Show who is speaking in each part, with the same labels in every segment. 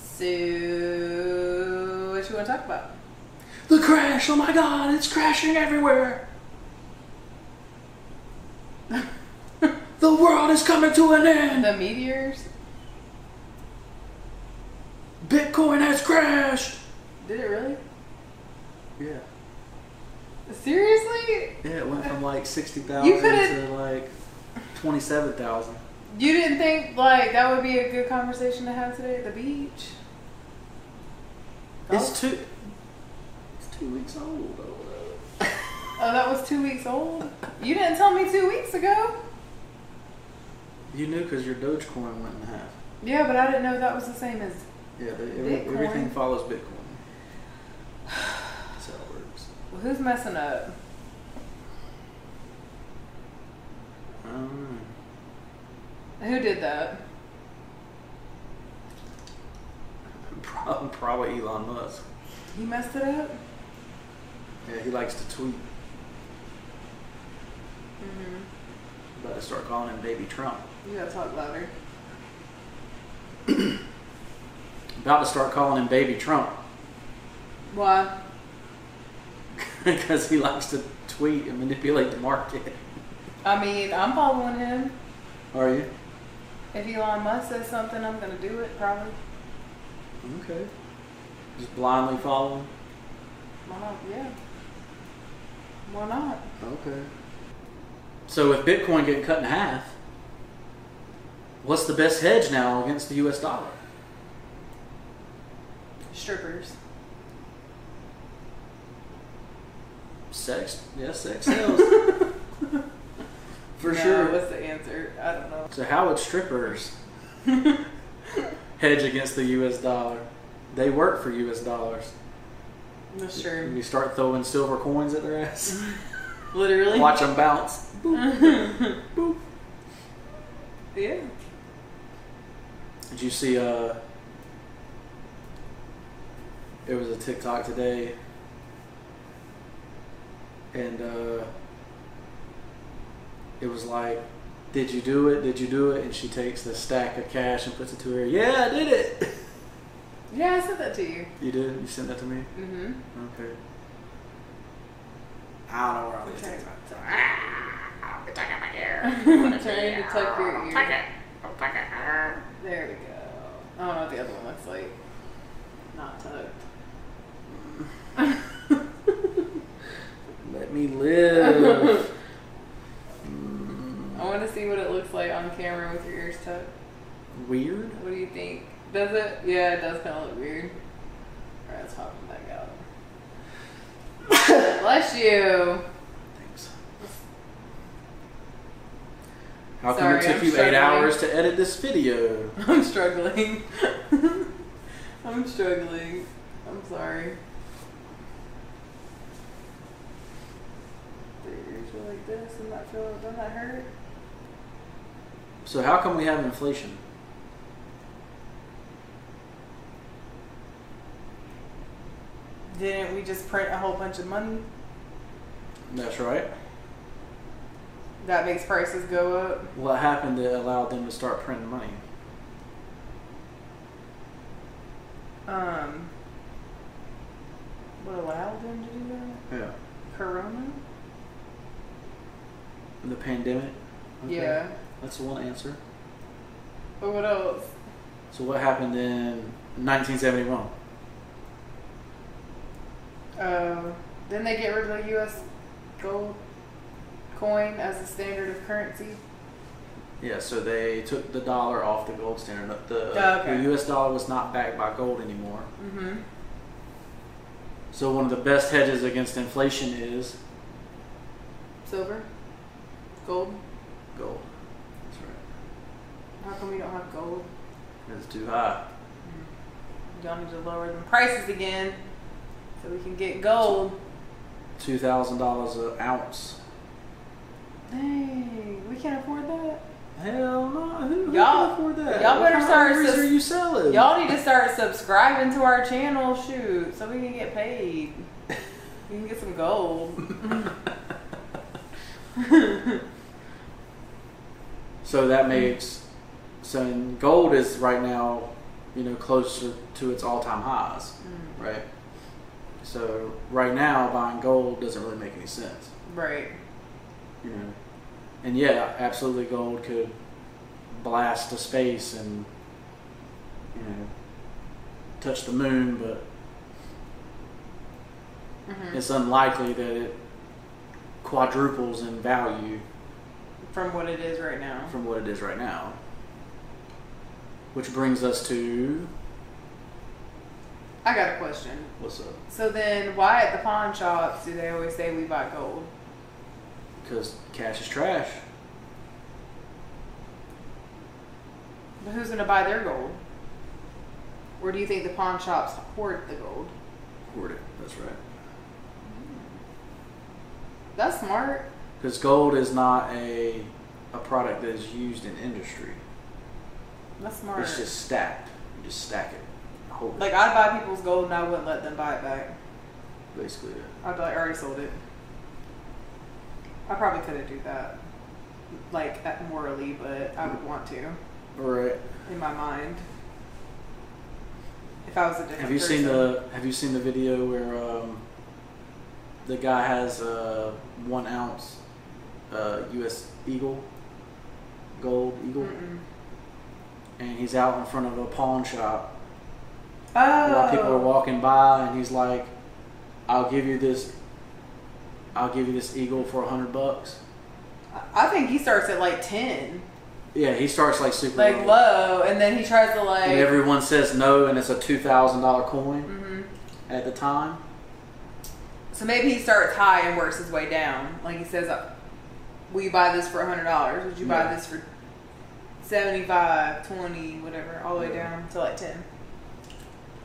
Speaker 1: So, what you want to talk about?
Speaker 2: The crash! Oh my god, it's crashing everywhere! the world is coming to an end!
Speaker 1: The meteors?
Speaker 2: Bitcoin has crashed!
Speaker 1: Did it really?
Speaker 2: Yeah.
Speaker 1: Seriously?
Speaker 2: Yeah, it went from like
Speaker 1: You
Speaker 2: 60,000
Speaker 1: could've-
Speaker 2: to like 27,000.
Speaker 1: You didn't think like that would be a good conversation to have today at the beach?
Speaker 2: It's two. It's two weeks old. or whatever.
Speaker 1: Oh, that was two weeks old. You didn't tell me two weeks ago.
Speaker 2: You knew because your Dogecoin went in half.
Speaker 1: Yeah, but I didn't know that was the same as.
Speaker 2: Yeah, they, every, everything
Speaker 1: Bitcoin.
Speaker 2: follows Bitcoin. That's how it works.
Speaker 1: Well, who's messing up?
Speaker 2: I don't know.
Speaker 1: Who did that?
Speaker 2: Prob- Probably Elon Musk.
Speaker 1: He messed it up.
Speaker 2: Yeah, he likes to tweet.
Speaker 1: Mm-hmm.
Speaker 2: About to start calling him Baby Trump.
Speaker 1: You gotta talk louder.
Speaker 2: About to start calling him Baby Trump
Speaker 1: Why?
Speaker 2: because he likes to tweet and manipulate the market.
Speaker 1: I mean, I'm following him.
Speaker 2: Are you?
Speaker 1: If Elon Musk says something, I'm gonna do it. Probably.
Speaker 2: Okay. Just blindly follow him?
Speaker 1: Why not? Yeah. Why not?
Speaker 2: Okay. So with Bitcoin getting cut in half, what's the best hedge now against the U.S. dollar?
Speaker 1: Strippers.
Speaker 2: Sex, yeah, sex sells. For
Speaker 1: No,
Speaker 2: sure.
Speaker 1: What's the answer? I don't know.
Speaker 2: so how would strippers hedge against the U.S. dollar? They work for U.S. dollars.
Speaker 1: That's
Speaker 2: When
Speaker 1: true.
Speaker 2: you start throwing silver coins at their ass,
Speaker 1: Literally.
Speaker 2: watch them bounce.
Speaker 1: Yeah.
Speaker 2: Did you see? Uh, it was a TikTok today, and uh, it was like, "Did you do it? Did you do it?" And she takes the stack of cash and puts it to her. Yeah, I did it.
Speaker 1: Yeah, I said that to you.
Speaker 2: You did. You sent that to me.
Speaker 1: Mm-hmm.
Speaker 2: Okay. I don't know where I'm
Speaker 1: Okay.
Speaker 2: Ah, I'm talking about here.
Speaker 1: Trying to tuck your ear.
Speaker 2: I'm talking here.
Speaker 1: There we go. I don't know what the other one looks like. Not tucked.
Speaker 2: Let me live.
Speaker 1: I want to see what it looks like on camera with your ears tucked.
Speaker 2: Weird.
Speaker 1: What do you think? Does it? Yeah, it does kind of look weird. Alright, let's pop them back out. Bless you.
Speaker 2: Thanks. How come
Speaker 1: Sorry,
Speaker 2: it took
Speaker 1: I'm
Speaker 2: you eight
Speaker 1: struggling.
Speaker 2: hours to edit this video?
Speaker 1: I'm struggling. I'm struggling. I'm sorry. The ears were like this, and that feel doesn't that hurt?
Speaker 2: So how come we have inflation?
Speaker 1: Didn't we just print a whole bunch of money?
Speaker 2: That's right.
Speaker 1: That makes prices go up.
Speaker 2: What happened that allowed them to start printing money?
Speaker 1: Um, what allowed them to do that?
Speaker 2: Yeah.
Speaker 1: Corona?
Speaker 2: The pandemic. Okay.
Speaker 1: Yeah.
Speaker 2: That's the one answer.
Speaker 1: But what else?
Speaker 2: So what happened in 1971?
Speaker 1: Um, didn't they get rid of the U.S. gold coin as a standard of currency?
Speaker 2: Yeah, so they took the dollar off the gold standard. The,
Speaker 1: Oh, okay.
Speaker 2: the U.S. dollar was not backed by gold anymore.
Speaker 1: Mm-hmm.
Speaker 2: So one of the best hedges against inflation is
Speaker 1: Silver? Gold?
Speaker 2: gold. That's right.
Speaker 1: How come we don't have gold?
Speaker 2: It's too high.
Speaker 1: Y'all need to lower them prices again so we can get gold.
Speaker 2: Two thousand dollars an ounce.
Speaker 1: Dang, we can't afford that.
Speaker 2: Hell no! Who, who
Speaker 1: Y'all-
Speaker 2: can afford that?
Speaker 1: y'all
Speaker 2: What
Speaker 1: better
Speaker 2: kind of
Speaker 1: start
Speaker 2: breweries
Speaker 1: sus-
Speaker 2: are you selling?
Speaker 1: Y'all need to start subscribing to our channel, shoot, so we can get paid. We can get some gold.
Speaker 2: So that makes so in gold is right now you know, closer to its all-time highs,
Speaker 1: Mm.
Speaker 2: right? So right now, buying gold doesn't really make any sense,
Speaker 1: Right.
Speaker 2: you know. And yeah, absolutely, gold could blast to space and you know touch the moon, but
Speaker 1: hmm
Speaker 2: it's unlikely that it quadruples in value
Speaker 1: From what it is right now.
Speaker 2: from what it is right now. Which brings us to
Speaker 1: I got a question.
Speaker 2: what's up?
Speaker 1: So then, why at the pawn shops do they always say we buy gold?
Speaker 2: Because cash is trash.
Speaker 1: But who's gonna buy their gold? Or do you think the pawn shops hoard the gold?
Speaker 2: Hoard it. That's right.
Speaker 1: That's smart.
Speaker 2: Because gold is not a a product that is used in industry.
Speaker 1: That's smart.
Speaker 2: It's just stacked. You just stack it. and Hold it.
Speaker 1: like I'd buy people's gold and I wouldn't let them buy it back.
Speaker 2: Basically, it.
Speaker 1: I'd be like, I already sold it. I probably couldn't do that, like at- morally, but I would want to
Speaker 2: All right.
Speaker 1: in my mind. If I was a different
Speaker 2: Have you
Speaker 1: person.
Speaker 2: seen the Have you seen the video where um, the guy has a one ounce uh, U.S. eagle, gold eagle,
Speaker 1: Mm-mm.
Speaker 2: and he's out in front of a pawn shop
Speaker 1: Oh.
Speaker 2: while people are walking by, and he's like, "I'll give you this. I'll give you this eagle for a hundred bucks."
Speaker 1: I- I think he starts at like ten,
Speaker 2: Yeah, he starts like super
Speaker 1: like
Speaker 2: low.
Speaker 1: low, and then he tries to like.
Speaker 2: and everyone says no, and it's a two thousand dollar coin
Speaker 1: Mhm.
Speaker 2: at the time.
Speaker 1: So maybe he starts high and works his way down. Like he says, uh, "Will you buy this for hundred dollars? Would you
Speaker 2: Yeah.
Speaker 1: buy this for 75, 20, whatever, all the way
Speaker 2: Yeah.
Speaker 1: down to like ten?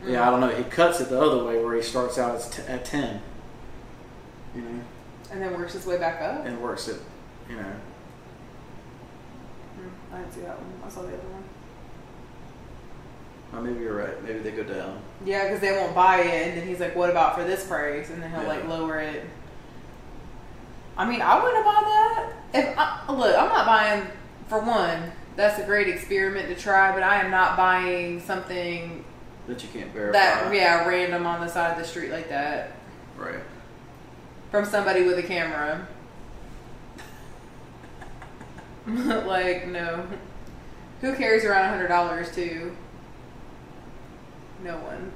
Speaker 2: Yeah, I don't know. He cuts it the other way where he starts out as t- at ten, you know,
Speaker 1: and then works his way back up.
Speaker 2: and works it, you know.
Speaker 1: Mm, I didn't see that one. I saw the other one.
Speaker 2: Well, maybe you're right. Maybe they go down.
Speaker 1: Yeah, because they won't buy it, and then he's like, "What about for this price?" And then he'll
Speaker 2: Yeah.
Speaker 1: like lower it. I mean, I wouldn't buy that. If I, look, I'm not buying for one. That's a great experiment to try, but I am not buying something
Speaker 2: That you can't verify.
Speaker 1: that yeah random on the side of the street like that
Speaker 2: Right.
Speaker 1: from somebody with a camera. like no, who carries around a hundred dollars too? No one.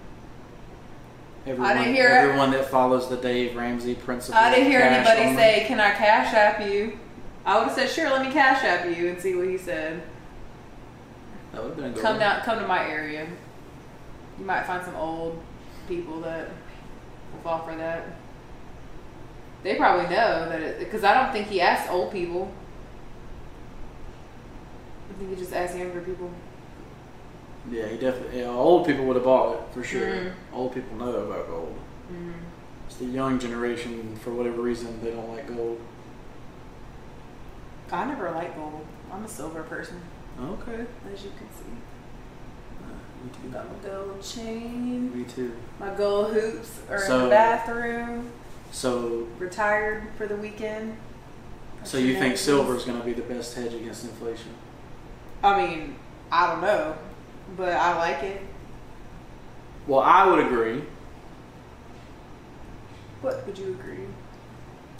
Speaker 2: Everyone,
Speaker 1: didn't hear it.
Speaker 2: everyone that follows the Dave Ramsey principle.
Speaker 1: I didn't hear
Speaker 2: cash
Speaker 1: anybody
Speaker 2: only.
Speaker 1: say, "Can I cash app you?" I would have said, "Sure, let me cash app you," and see what he said.
Speaker 2: That would have been a good
Speaker 1: Come
Speaker 2: one.
Speaker 1: down, come to my area. You might find some old people that will fall for that. They probably know that it because I don't think he asked old people. I think he just asked younger people.
Speaker 2: Yeah, he definitely. Yeah, old people would have bought it for sure.
Speaker 1: Mhm.
Speaker 2: Old people know about gold.
Speaker 1: Mm.
Speaker 2: It's the young generation, for whatever reason, they don't like gold.
Speaker 1: I never like gold. I'm a silver person,
Speaker 2: Okay.
Speaker 1: as you can see.
Speaker 2: Uh, me too.
Speaker 1: Got my gold chain,
Speaker 2: Me too.
Speaker 1: my gold hoops are in
Speaker 2: So-
Speaker 1: the bathroom.
Speaker 2: So
Speaker 1: retired for the weekend.
Speaker 2: So you think silver is going to be the best hedge against inflation?
Speaker 1: I mean, I don't know, but I like it.
Speaker 2: Well, I would agree
Speaker 1: What would you agree?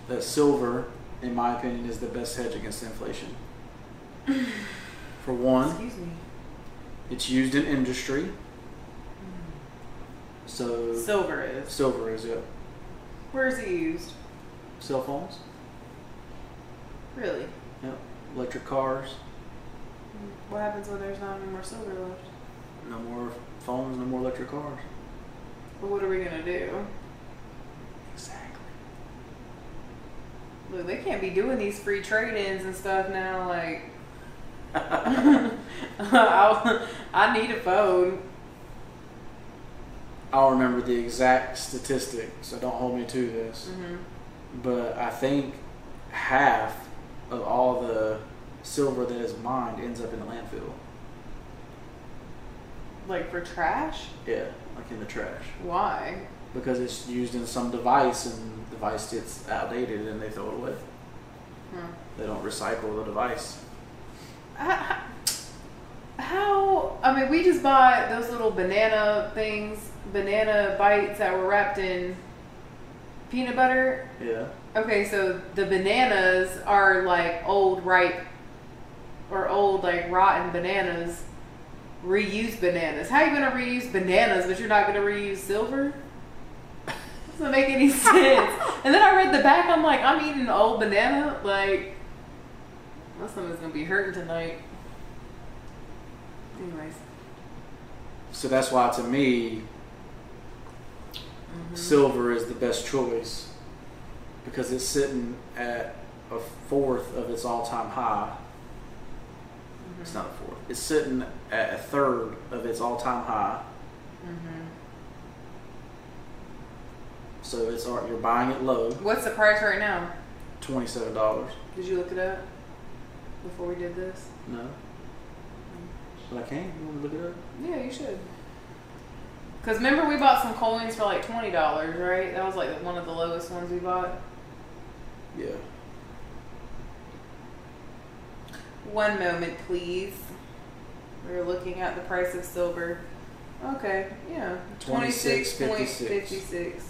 Speaker 2: that silver, in my opinion, is the best hedge against inflation. For one,
Speaker 1: Excuse me.
Speaker 2: it's used in industry, so
Speaker 1: Silver is.
Speaker 2: silver is it.
Speaker 1: Where is it used?
Speaker 2: Cell phones,
Speaker 1: Really?
Speaker 2: electric cars,
Speaker 1: What happens when there's not any more silver left?
Speaker 2: no more phones, no more electric cars.
Speaker 1: Well, what are we gonna do?
Speaker 2: Exactly.
Speaker 1: Look, they can't be doing these free trade-ins and stuff now. Like, I I need a phone.
Speaker 2: I'll remember the exact statistic, so don't hold me to this.
Speaker 1: Mm-hmm.
Speaker 2: but I think half of all the silver that is mined ends up in the landfill.
Speaker 1: Like for trash?
Speaker 2: Yeah, like in the trash
Speaker 1: Why?
Speaker 2: because it's used in some device and the device gets outdated and they throw it away.
Speaker 1: Hmm.
Speaker 2: They don't recycle the device.
Speaker 1: How, How? I mean, we just bought those little banana things, banana bites that were wrapped in peanut butter
Speaker 2: Yeah.
Speaker 1: Okay, so the bananas are like old ripe or old like rotten bananas. Reuse bananas. How you gonna reuse bananas but you're not gonna reuse silver? Doesn't make any sense. and then I read the back, I'm like, I'm eating an old banana, like my stomach's gonna be hurting tonight. Anyways.
Speaker 2: So that's why to me, silver is the best choice because it's sitting at a fourth of its all-time high. It's not a fourth. It's sitting at a third of its all-time high. So it's al- you're buying it low,
Speaker 1: What's the price right now?
Speaker 2: twenty-seven dollars.
Speaker 1: Did you look it up before we did this?
Speaker 2: No, but I can. You want to look it up?
Speaker 1: Yeah, you should. Cause remember we bought some coins for like twenty dollars, right? That was like one of the lowest ones we bought.
Speaker 2: Yeah.
Speaker 1: One moment, please. We were looking at the price of silver. Okay, yeah, twenty six point fifty
Speaker 2: 26.56.
Speaker 1: six.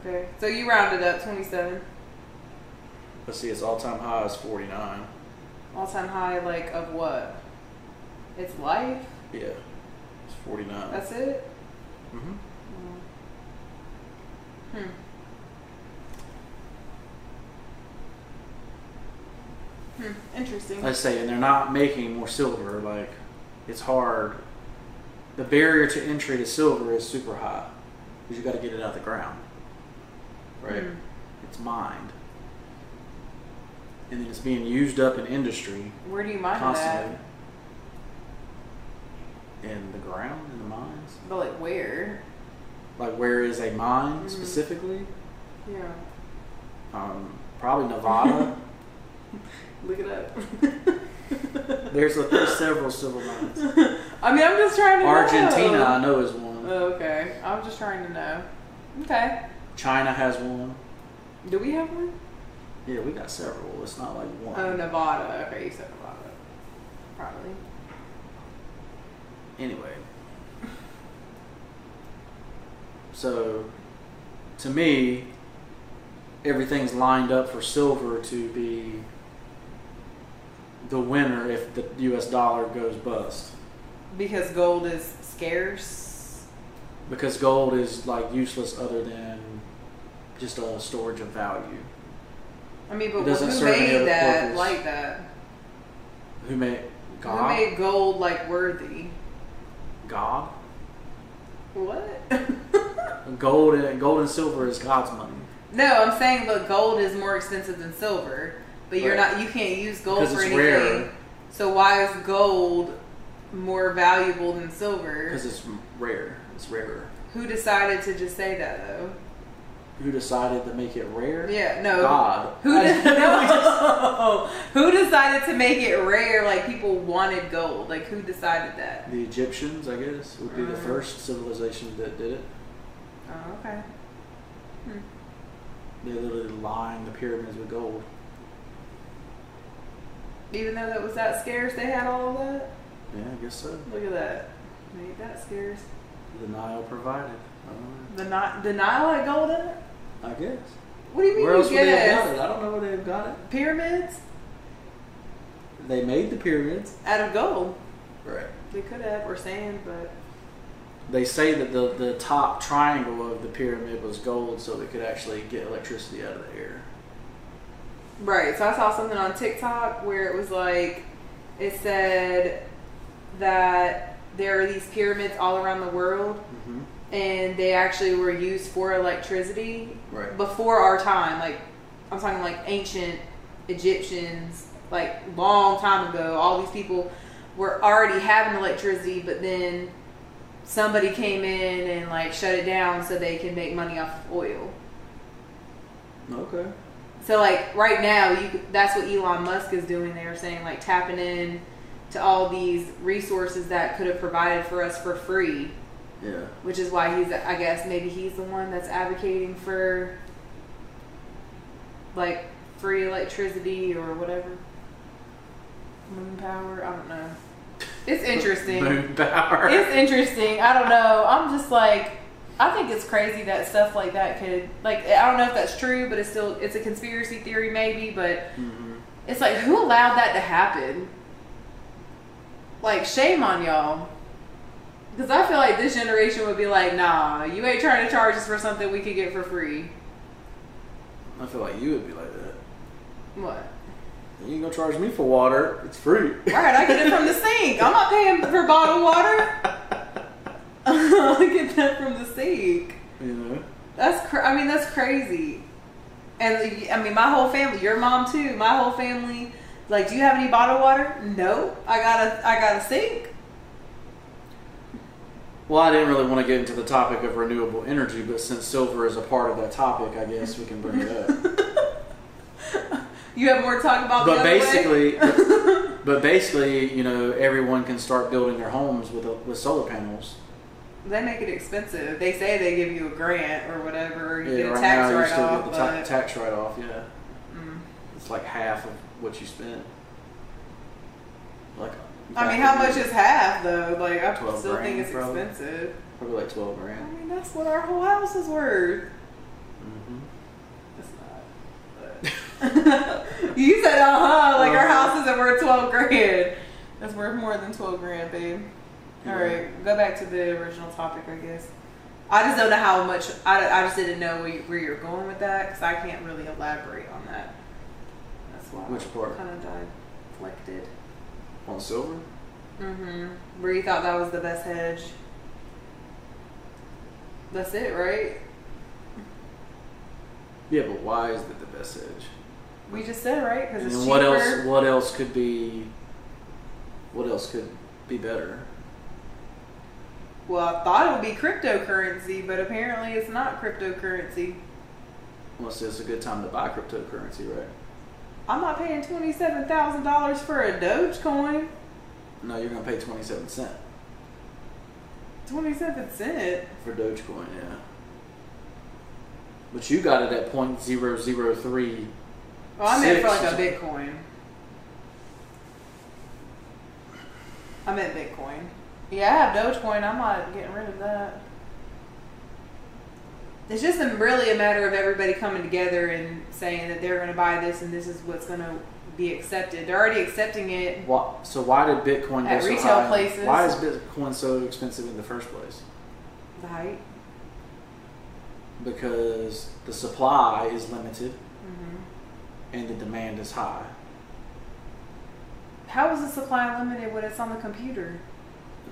Speaker 1: Okay, so you rounded up twenty seven.
Speaker 2: Let's see. Its all-time high is forty-nine.
Speaker 1: All time high, like of what? It's life.
Speaker 2: Yeah, it's forty-nine.
Speaker 1: That's it.
Speaker 2: mm-hmm.
Speaker 1: Hmm. Hmm. Interesting.
Speaker 2: let's say, and they're not making more silver. Like, it's hard. The barrier to entry to silver is super high because you got to get it out of the ground, right?
Speaker 1: Mhm.
Speaker 2: It's mined, and then it's being used up in industry
Speaker 1: Where do you mine
Speaker 2: constantly.
Speaker 1: that?
Speaker 2: In the ground, in the mines.
Speaker 1: But like where?
Speaker 2: Like, where is a mine
Speaker 1: Mhm.
Speaker 2: specifically?
Speaker 1: Yeah.
Speaker 2: Um, probably Nevada.
Speaker 1: Look it up.
Speaker 2: there's, a, there's several silver mines.
Speaker 1: I mean, I'm just trying to
Speaker 2: Argentina,
Speaker 1: know.
Speaker 2: I know, is one.
Speaker 1: Okay, I'm just trying to know. Okay.
Speaker 2: China has one.
Speaker 1: Do we have one?
Speaker 2: Yeah, we got several. It's not like one.
Speaker 1: Oh, Nevada. Okay, you said Nevada. Probably.
Speaker 2: Anyway. So, to me, everything's lined up for silver to be the winner if the US dollar goes bust.
Speaker 1: Because gold is scarce.
Speaker 2: Because gold is like useless other than just a storage of value.
Speaker 1: I mean,
Speaker 2: It
Speaker 1: but
Speaker 2: doesn't
Speaker 1: who
Speaker 2: serve any
Speaker 1: made
Speaker 2: other
Speaker 1: that
Speaker 2: purpose.
Speaker 1: like that?
Speaker 2: Who made
Speaker 1: Who
Speaker 2: God?
Speaker 1: made gold like worthy?
Speaker 2: God?
Speaker 1: What?
Speaker 2: Gold and gold and silver is God's money.
Speaker 1: no, I'm saying but gold is more expensive than silver. But you're
Speaker 2: Right.
Speaker 1: not you can't use gold
Speaker 2: Because
Speaker 1: for
Speaker 2: it's
Speaker 1: anything.
Speaker 2: rarer.
Speaker 1: So why is gold more valuable than silver?
Speaker 2: Because it's rare. It's rarer.
Speaker 1: Who decided to just say that though?
Speaker 2: Who decided to make it rare?
Speaker 1: Yeah, no.
Speaker 2: God.
Speaker 1: Who did, no, who decided to make it rare like people wanted gold? Like who decided that?
Speaker 2: The Egyptians, I guess, would be the
Speaker 1: Mm.
Speaker 2: first civilization that did it.
Speaker 1: Oh, okay.
Speaker 2: They literally lined the pyramids with gold.
Speaker 1: Even though that was that scarce, they had all of that.
Speaker 2: Yeah, I guess so.
Speaker 1: Look at that. Made that scarce.
Speaker 2: The Nile provided. I don't
Speaker 1: The not the Nile had gold in it?
Speaker 2: know. I guess.
Speaker 1: What do you mean
Speaker 2: Where else
Speaker 1: you
Speaker 2: would they have
Speaker 1: guess?
Speaker 2: got it? I don't know where they've got it.
Speaker 1: Pyramids?
Speaker 2: They made the pyramids.
Speaker 1: Out of gold.
Speaker 2: Right.
Speaker 1: They could have, or sand, but
Speaker 2: They say that the, the top triangle of the pyramid was gold so they could actually get electricity out of the air.
Speaker 1: Right. So I saw something on TikTok where it was like, it said that there are these pyramids all around the world,
Speaker 2: Mm-hmm.
Speaker 1: and they actually were used for electricity
Speaker 2: Right.
Speaker 1: before our time. Like, I'm talking like ancient Egyptians, like long time ago. All these people were already having electricity, but then somebody came in and like shut it down so they can make money off of oil.
Speaker 2: Okay.
Speaker 1: So like right now, you could- that's what Elon Musk is doing. They were saying like tapping in to all these resources that could have provided for us for free,
Speaker 2: Yeah.
Speaker 1: which is why he's I guess maybe he's the one that's advocating for like free electricity or whatever moon power. I don't know. It's interesting.
Speaker 2: Boom Bauer.
Speaker 1: It's interesting. I don't know. I'm just like, I think it's crazy that stuff like that could like. I don't know if that's true, but it's still it's a conspiracy theory maybe. But
Speaker 2: Mhm.
Speaker 1: it's like, who allowed that to happen? Like, shame on y'all. Because I feel like this generation would be like, nah, you ain't trying to charge us for something we could get for free.
Speaker 2: I feel like you would be like that.
Speaker 1: What?
Speaker 2: You ain't gonna charge me for water. It's free.
Speaker 1: All right, I get it from the sink. I'm not paying for bottled water. I get that from the sink.
Speaker 2: you know.
Speaker 1: That's cr- I mean that's crazy, and the- I mean my whole family, your mom too, my whole family. Like, do you have any bottled water? No, I got a I got a sink.
Speaker 2: Well, I didn't really want to get into the topic of renewable energy, but since silver is a part of that topic, I guess we can bring it up.
Speaker 1: You have more to talk about. the
Speaker 2: but
Speaker 1: other way?
Speaker 2: basically, but basically, you know, everyone can start building their homes with with solar panels.
Speaker 1: they make it expensive. They say they give you a grant or whatever. You
Speaker 2: yeah,
Speaker 1: get a
Speaker 2: right
Speaker 1: tax
Speaker 2: now you
Speaker 1: write
Speaker 2: still get
Speaker 1: off.
Speaker 2: the
Speaker 1: But
Speaker 2: ta- tax write off. Yeah,
Speaker 1: mm.
Speaker 2: it's like half of what you spent. Like,
Speaker 1: I mean, how much is half though? Like, I
Speaker 2: 12
Speaker 1: still think
Speaker 2: grand,
Speaker 1: it's
Speaker 2: probably.
Speaker 1: expensive.
Speaker 2: probably like twelve
Speaker 1: I
Speaker 2: grand?
Speaker 1: mean, that's what our whole house is worth.
Speaker 2: Mm-hmm.
Speaker 1: It's not. But you said, uh huh, like our
Speaker 2: Uh-huh.
Speaker 1: house isn't worth 12 grand. That's worth more than 12 grand, babe. All
Speaker 2: Yeah.
Speaker 1: right, go back to the original topic, I guess. I just don't know how much, I, I just didn't know where you- where you're going with that because I can't really elaborate on that. That's why
Speaker 2: Which part?
Speaker 1: kind of deflected.
Speaker 2: On silver?
Speaker 1: Mm-hmm. Where you thought that was the best hedge. That's it, right?
Speaker 2: Yeah, but why is that the best edge?
Speaker 1: We just said, right? Because
Speaker 2: And
Speaker 1: it's
Speaker 2: then
Speaker 1: cheaper.
Speaker 2: what else? What else could be? What else could be better?
Speaker 1: Well, I thought it would be cryptocurrency, but apparently it's not cryptocurrency.
Speaker 2: Unless it's a good time to buy cryptocurrency, right?
Speaker 1: I'm not paying twenty-seven thousand dollars for a Dogecoin.
Speaker 2: No, you're gonna pay twenty-seven cent
Speaker 1: Twenty-seven cent.
Speaker 2: for Dogecoin, yeah. But you got it at point zero zero three.
Speaker 1: Well, Oh, I meant for
Speaker 2: Six.
Speaker 1: like a Bitcoin. I meant Bitcoin. Yeah, I have Dogecoin. I'm not getting rid of that. It's just a- really a matter of everybody coming together and saying that they're going to buy this and this is what's going to be accepted. They're already accepting it
Speaker 2: Why, so why did Bitcoin
Speaker 1: At
Speaker 2: go so
Speaker 1: retail
Speaker 2: high?
Speaker 1: places.
Speaker 2: Why is Bitcoin so expensive in the first place?
Speaker 1: the height.
Speaker 2: Because the supply is limited
Speaker 1: Mm-hmm.
Speaker 2: and the demand is high.
Speaker 1: How is the supply limited when it's on the computer?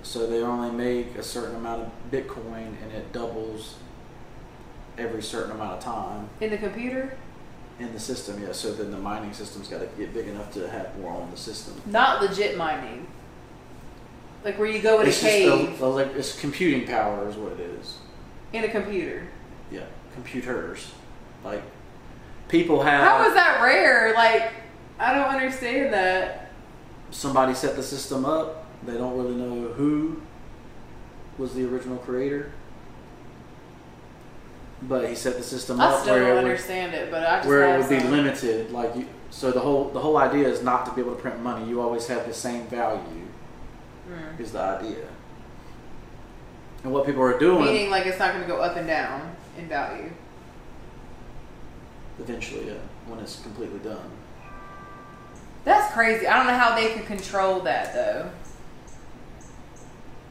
Speaker 2: So they only make a certain amount of Bitcoin and it doubles every certain amount of time
Speaker 1: In the computer?
Speaker 2: in the system. Yeah, so then the mining system's got to get big enough to have more on the system.
Speaker 1: Not legit mining. Like where you go in a
Speaker 2: it's just
Speaker 1: cave
Speaker 2: the, the, it's computing power is what it is.
Speaker 1: in a computer.
Speaker 2: Yeah, computers. Like people have
Speaker 1: How is that rare? Like, I don't understand that.
Speaker 2: somebody set the system up. They don't really know who was the original creator, but he set the system
Speaker 1: I
Speaker 2: up
Speaker 1: still
Speaker 2: where
Speaker 1: don't
Speaker 2: it would,
Speaker 1: understand it, but I just
Speaker 2: where it
Speaker 1: have
Speaker 2: would be
Speaker 1: some-
Speaker 2: limited. Like you, so the whole the whole idea is not to be able to print money. You always have the same value
Speaker 1: Mm.
Speaker 2: is the idea. And what people are doing
Speaker 1: Meaning, like, it's not going to go up and down in value.
Speaker 2: eventually, yeah, when it's completely done.
Speaker 1: That's crazy. I don't know how they could control that, though.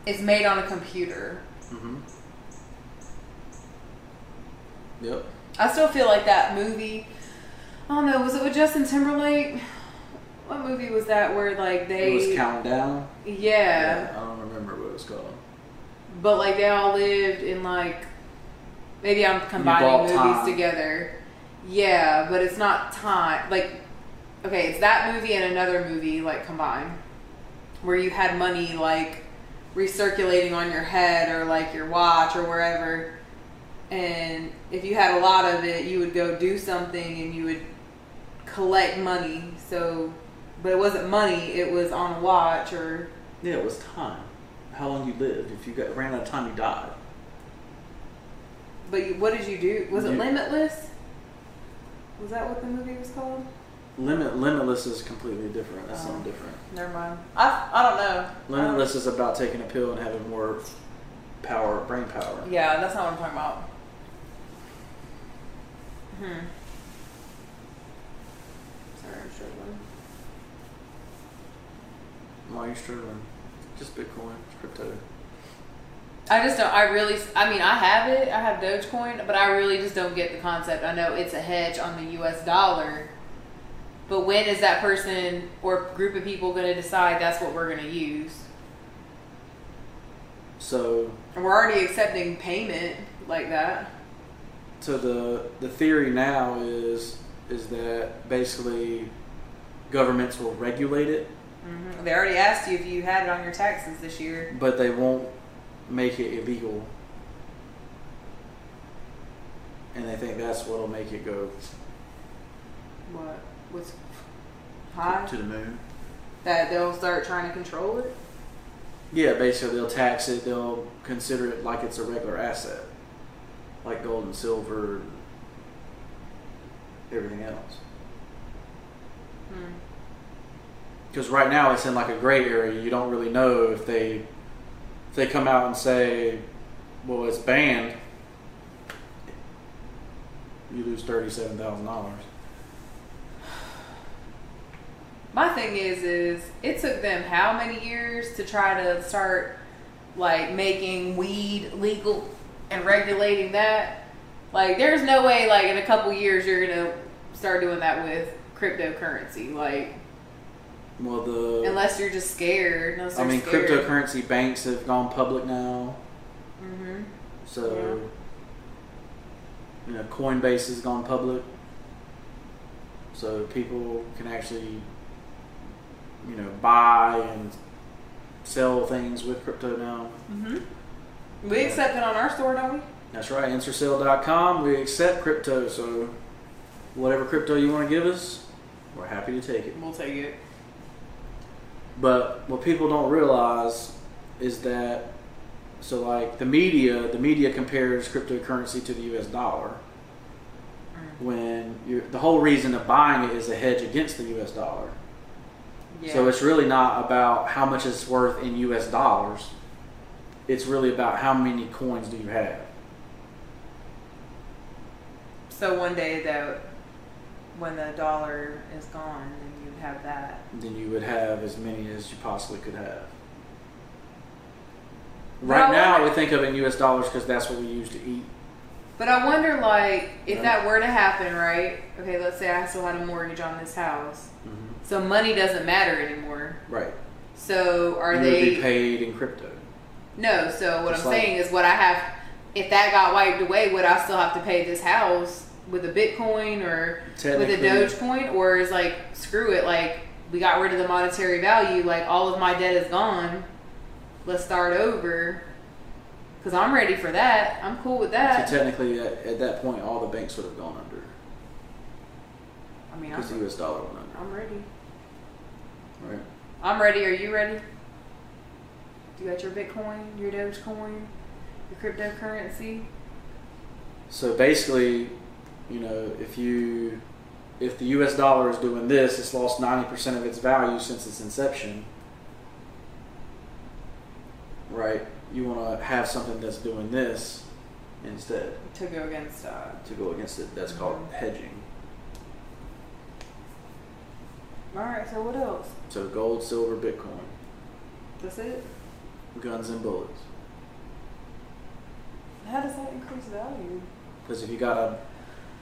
Speaker 1: It's made on a computer.
Speaker 2: Mm-hmm. Yep.
Speaker 1: I still feel like that movie. I don't know. Was it with Justin Timberlake? What movie was that? Where like they,
Speaker 2: It was countdown.
Speaker 1: yeah,
Speaker 2: I don't remember what it was called.
Speaker 1: but like they all lived in like. Maybe I'm combining
Speaker 2: bought
Speaker 1: movies
Speaker 2: time.
Speaker 1: together. Yeah, but it's not time. Like, okay, it's that movie and another movie like combined, where you had money like recirculating on your head or like your watch or wherever. And if you had a lot of it, you would go do something and you would collect money. So, but it wasn't money; it was on a watch or
Speaker 2: Yeah, it was time. How long you lived. If you got ran out of time, you died.
Speaker 1: But you, what did you do? Was it
Speaker 2: You-
Speaker 1: Limitless? Was that what the movie was called?
Speaker 2: Limit Limitless is completely different. That's
Speaker 1: Oh.
Speaker 2: something different.
Speaker 1: Never mind. I, I don't know.
Speaker 2: Limitless is about taking a pill and having more power, brain power.
Speaker 1: Yeah, that's not what I'm talking about. Hmm. Sorry, I'm struggling.
Speaker 2: Why are you struggling? Just Bitcoin, it's crypto.
Speaker 1: I just don't. I really. I mean, I have it. I have Dogecoin, but I really just don't get the concept. I know it's a hedge on the U.S. dollar, but when is that person or group of people going to decide that's what we're going to use?
Speaker 2: So,
Speaker 1: And we're already accepting payment like that.
Speaker 2: so the the theory now is is that basically governments will regulate it, Mm-hmm.
Speaker 1: hmm They already asked you if you had it on your taxes this year.
Speaker 2: but they won't make it illegal. And they think that's what'll make it go
Speaker 1: What? What's
Speaker 2: to,
Speaker 1: high?
Speaker 2: to the moon.
Speaker 1: That they'll start trying to control it.
Speaker 2: Yeah, basically they'll tax it. They'll consider it like it's a regular asset, like gold and silver, and everything else.
Speaker 1: Hmm.
Speaker 2: Because right now it's in like a gray area. You don't really know if they if they come out and say, "Well, it's banned." You lose thirty-seven thousand dollars.
Speaker 1: My thing is, is it took them how many years to try to start like making weed legal and regulating that? Like, there's no way like in a couple years you're gonna start doing that with cryptocurrency, like
Speaker 2: Well, the
Speaker 1: unless you're just scared. Unless
Speaker 2: I
Speaker 1: you're
Speaker 2: mean,
Speaker 1: scared.
Speaker 2: cryptocurrency banks have gone public now.
Speaker 1: Mhm.
Speaker 2: So, you know, Coinbase has gone public. So people can actually, you know, buy and sell things with crypto now.
Speaker 1: Mhm. We accept it on our store, don't we?
Speaker 2: That's right, Instersale.com. We accept crypto. So, whatever crypto you want to give us, we're happy to take it.
Speaker 1: We'll take it.
Speaker 2: But what people don't realize is that so like the media, the media compares cryptocurrency to the U.S. dollar.
Speaker 1: Mm.
Speaker 2: When you're, the whole reason of buying it is a hedge against the U.S. dollar.
Speaker 1: Yeah.
Speaker 2: So it's really not about how much it's worth in U.S. dollars. It's really about how many coins do you have.
Speaker 1: so one day though, when the dollar is gone, then you have that.
Speaker 2: Then you would have as many as you possibly could have.
Speaker 1: Well,
Speaker 2: Right
Speaker 1: I
Speaker 2: now,
Speaker 1: wonder-
Speaker 2: we think of it in U.S. dollars because that's what we use to eat.
Speaker 1: But I wonder, like, if
Speaker 2: Right.
Speaker 1: that were to happen, right? Okay, let's say I still had a mortgage on this house, so money doesn't matter anymore.
Speaker 2: Right.
Speaker 1: So are
Speaker 2: you would
Speaker 1: they?
Speaker 2: be paid in crypto.
Speaker 1: no. So what
Speaker 2: Just
Speaker 1: I'm
Speaker 2: like-
Speaker 1: saying is, what I have, if that got wiped away, would I still have to pay this house with a Bitcoin or with a
Speaker 2: Technically-
Speaker 1: Dogecoin, or is like screw it, like we got rid of the monetary value, like all of my debt is gone. Let's start over. Cause I'm ready for that. I'm cool with that.
Speaker 2: So technically, at, at that point, all the banks would have gone under
Speaker 1: I mean,
Speaker 2: because
Speaker 1: I'm,
Speaker 2: the U.S. dollar went under.
Speaker 1: I'm ready.
Speaker 2: Right.
Speaker 1: I'm ready. Are you ready? You got your Bitcoin, your Dogecoin, your cryptocurrency.
Speaker 2: So basically, you know, if you if the U.S. dollar is doing this, it's lost ninety percent of its value since its inception. Right. You want to have something that's doing this instead
Speaker 1: To go against uh,
Speaker 2: to go against it. That's called hedging.
Speaker 1: All right. So what else?
Speaker 2: So gold, silver, Bitcoin,
Speaker 1: That's it.
Speaker 2: guns and bullets.
Speaker 1: How does that increase value?
Speaker 2: Because if you got a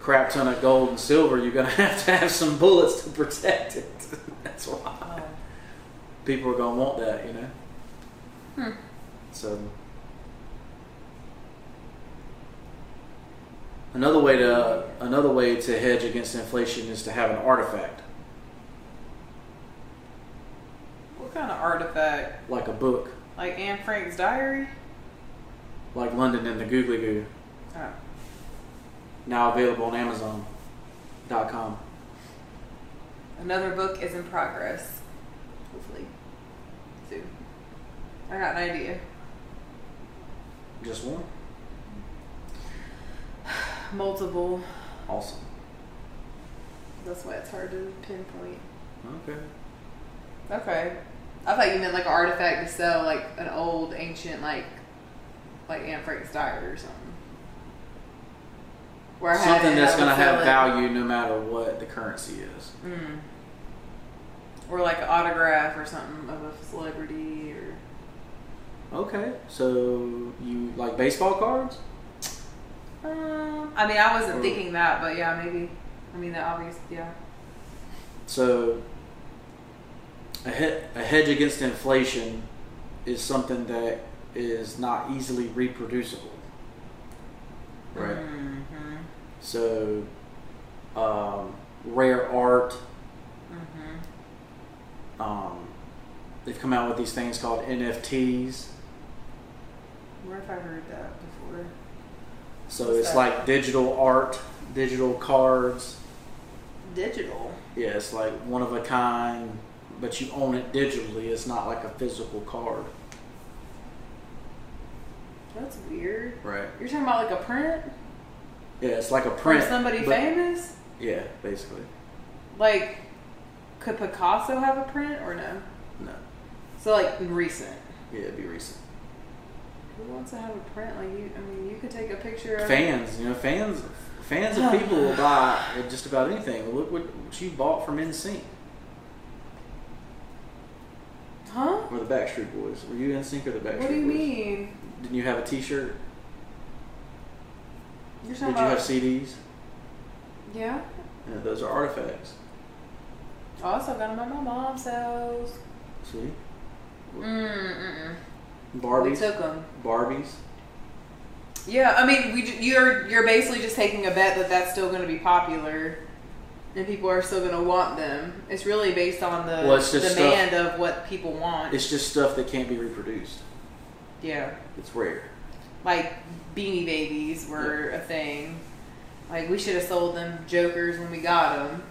Speaker 2: crap ton of gold and silver, you're gonna have to have some bullets to protect it. That's why
Speaker 1: Oh.
Speaker 2: people are gonna want that, you know.
Speaker 1: Hmm.
Speaker 2: So another way to another way to hedge against inflation is to have an artifact,
Speaker 1: What kind of artifact?
Speaker 2: like a book,
Speaker 1: Like Anne Frank's diary?
Speaker 2: like London and the Googly Goo,
Speaker 1: Oh.
Speaker 2: now available on Amazon.com.
Speaker 1: Another book is in progress. Hopefully, soon. I got an idea.
Speaker 2: Just one,
Speaker 1: Multiple.
Speaker 2: awesome.
Speaker 1: That's why it's hard to pinpoint.
Speaker 2: Okay.
Speaker 1: Okay. I thought you meant like an artifact to sell, like an old ancient, like like Anne Frank's diary or something. Where I had it
Speaker 2: Something
Speaker 1: and I
Speaker 2: that's
Speaker 1: would
Speaker 2: going to
Speaker 1: sell
Speaker 2: have
Speaker 1: it.
Speaker 2: value no matter what the currency is.
Speaker 1: Mm. Hmm. Or like an autograph or something of a celebrity or
Speaker 2: Okay. So you like baseball cards?
Speaker 1: Um, I mean, I wasn't
Speaker 2: Or-
Speaker 1: thinking that, but yeah, maybe. I mean, the obvious, yeah.
Speaker 2: So a, he- a hedge against inflation is something that is not easily reproducible. Right.
Speaker 1: Mm-hmm.
Speaker 2: So um, rare art.
Speaker 1: Mm-hmm.
Speaker 2: Um, they've come out with these things called NFTs.
Speaker 1: Where have I heard that before?
Speaker 2: So
Speaker 1: What's
Speaker 2: it's
Speaker 1: that?
Speaker 2: like digital art, digital cards.
Speaker 1: Digital.
Speaker 2: Yeah, it's like one of a kind, but you own it digitally. It's not like a physical card.
Speaker 1: That's weird.
Speaker 2: Right.
Speaker 1: You're talking about like a print
Speaker 2: Yeah, it's like a
Speaker 1: from
Speaker 2: print.
Speaker 1: somebody
Speaker 2: but-
Speaker 1: famous?
Speaker 2: Yeah, basically.
Speaker 1: Like, could Picasso have a print or no?
Speaker 2: No.
Speaker 1: So like recent.
Speaker 2: Yeah, it'd be recent.
Speaker 1: Who wants to have a print? Like you, I mean, you could take a picture of.
Speaker 2: Fans, you know, fans, fans of people will buy just about anything. Look what, what you bought from NSYNC
Speaker 1: Huh?
Speaker 2: or the Backstreet Boys. Were you NSYNC or the Backstreet
Speaker 1: What do you
Speaker 2: Boys?
Speaker 1: mean?
Speaker 2: Didn't you have a T-shirt?
Speaker 1: You're
Speaker 2: Did
Speaker 1: talking
Speaker 2: you have
Speaker 1: about.
Speaker 2: CDs?
Speaker 1: yeah.
Speaker 2: Yeah, those are artifacts.
Speaker 1: I also got them at my mom's house.
Speaker 2: See,
Speaker 1: Mm-mm. We
Speaker 2: Barbies,
Speaker 1: took them.
Speaker 2: Barbies.
Speaker 1: Yeah, I mean, we ju- you're you're basically just taking a bet that that's still going to be popular, and people are still going to want them. It's really based on the
Speaker 2: Well, it's just
Speaker 1: demand of what people want.
Speaker 2: It's just stuff that can't be reproduced.
Speaker 1: yeah,
Speaker 2: It's rare.
Speaker 1: like Beanie Babies were a thing. Like we should have sold them Jokers when we got them.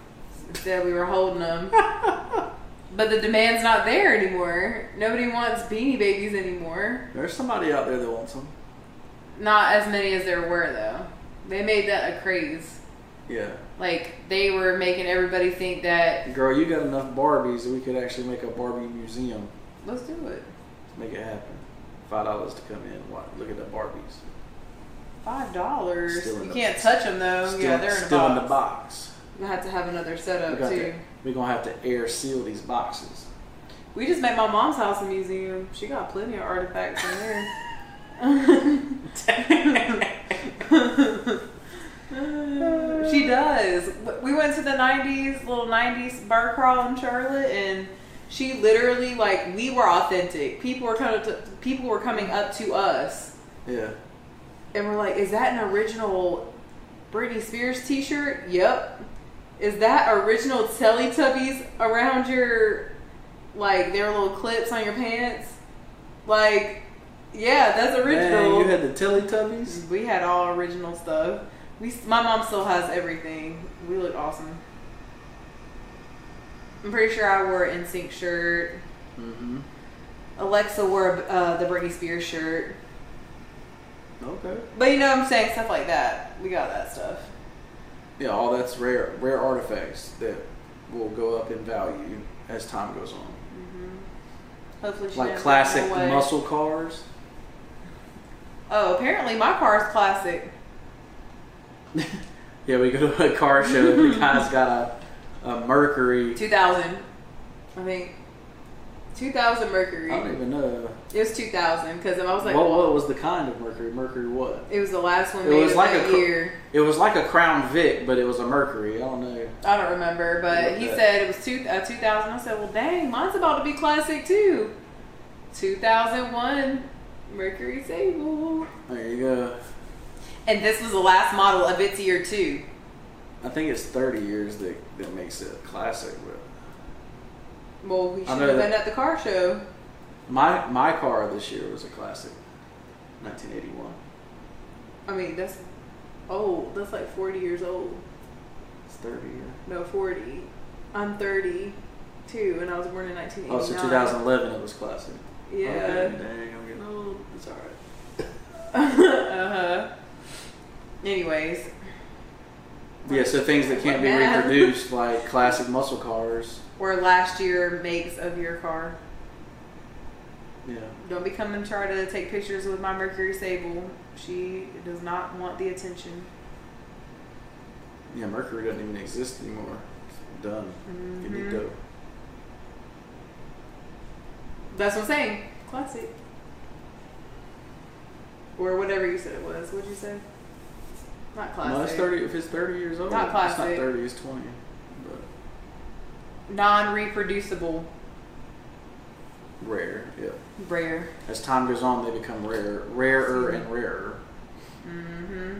Speaker 1: Instead, we were holding them. but the demand's not there anymore. Nobody wants Beanie Babies anymore.
Speaker 2: There's somebody out there that wants them.
Speaker 1: Not as many as there were though. They made that a craze.
Speaker 2: Yeah,
Speaker 1: Like they were making everybody think that
Speaker 2: girl, you got enough Barbies that we could actually make a Barbie museum.
Speaker 1: let's do it.
Speaker 2: Make it happen. Five dollars to come in. What? Look at the Barbies.
Speaker 1: Five dollars.
Speaker 2: Still in
Speaker 1: You
Speaker 2: the-
Speaker 1: can't touch them though.
Speaker 2: still
Speaker 1: Oh, yeah, they're in,
Speaker 2: still
Speaker 1: a box.
Speaker 2: in the box.
Speaker 1: I have to have another
Speaker 2: We
Speaker 1: setup
Speaker 2: got
Speaker 1: too.
Speaker 2: to- We're gonna have to air seal these boxes.
Speaker 1: We just made my mom's house a museum. She got plenty of artifacts in there. she does. We went to the '90s little '90s bar crawl in Charlotte, and she literally like we were authentic. People were coming up to, people were coming up to us,
Speaker 2: Yeah.
Speaker 1: and we're like, "Is that an original Britney Spears T-shirt?" Yep. Is that original Teletubbies around your like their little clips on your pants? Like, yeah, that's original.
Speaker 2: Man, you had the Teletubbies.
Speaker 1: We had all original stuff. We, my mom still has everything. We look awesome. I'm pretty sure I wore an NSYNC shirt.
Speaker 2: Mm-hmm.
Speaker 1: Alexa wore uh, the Britney Spears shirt.
Speaker 2: Okay.
Speaker 1: But you know what I'm saying? Stuff like that. We got that stuff.
Speaker 2: Yeah, all that's rare, rare artifacts that will go up in value as time goes on.
Speaker 1: Hopefully she
Speaker 2: Like
Speaker 1: didn't
Speaker 2: classic
Speaker 1: throw it away.
Speaker 2: muscle cars.
Speaker 1: Oh, apparently my car is classic.
Speaker 2: Yeah, we go to a car show and the guy's got a, a Mercury.
Speaker 1: 2000. I think. 2000
Speaker 2: I
Speaker 1: Mercury.
Speaker 2: don't even know.
Speaker 1: It was 2000 because I was like,
Speaker 2: what, what was the kind of Mercury? Mercury what?
Speaker 1: it was the last one
Speaker 2: It
Speaker 1: made
Speaker 2: was
Speaker 1: of
Speaker 2: like
Speaker 1: that
Speaker 2: a cr-
Speaker 1: year.
Speaker 2: It was like a Crown Vic, but it was a Mercury. I don't know.
Speaker 1: I don't remember, but
Speaker 2: Look
Speaker 1: he
Speaker 2: that.
Speaker 1: said it was two, uh, 2000. I said, well, dang, mine's about to be classic too. 2001 Mercury Sable.
Speaker 2: There you go.
Speaker 1: And this was the last model of its year two.
Speaker 2: I think it's 30 years that, that makes it a classic.
Speaker 1: Well, we
Speaker 2: I
Speaker 1: should have
Speaker 2: know that-
Speaker 1: been at the car show.
Speaker 2: But my my car this year was a classic, 1981.
Speaker 1: I mean, that's old. That's like 40 years old.
Speaker 2: It's 30 year.
Speaker 1: No, 40. I'm 32, and I was born in 1989.
Speaker 2: Oh, so 2011 it was classic.
Speaker 1: Yeah.
Speaker 2: Okay, dang, I'm getting old. It's all right.
Speaker 1: uh huh. Anyways,
Speaker 2: Yeah, so things that can't be
Speaker 1: Yeah.
Speaker 2: reproduced, like classic muscle cars.
Speaker 1: Or last year makes of your car.
Speaker 2: Yeah.
Speaker 1: Don't be coming to try to take pictures with my Mercury Sable. She does not want the attention.
Speaker 2: Yeah, Mercury doesn't even exist anymore. It's done. Give me
Speaker 1: Mhm.
Speaker 2: dope.
Speaker 1: That's what I'm saying. Classic. Or whatever you said it was. What'd you say? Not classic.
Speaker 2: No, it's thirty. If it's thirty years old,
Speaker 1: Not
Speaker 2: it's not
Speaker 1: classic.
Speaker 2: thirty. It's twenty. But
Speaker 1: Non-reproducible.
Speaker 2: rare. Yeah.
Speaker 1: Rare.
Speaker 2: As time goes on, they become rarer, rarer and rarer.
Speaker 1: Mm-hmm.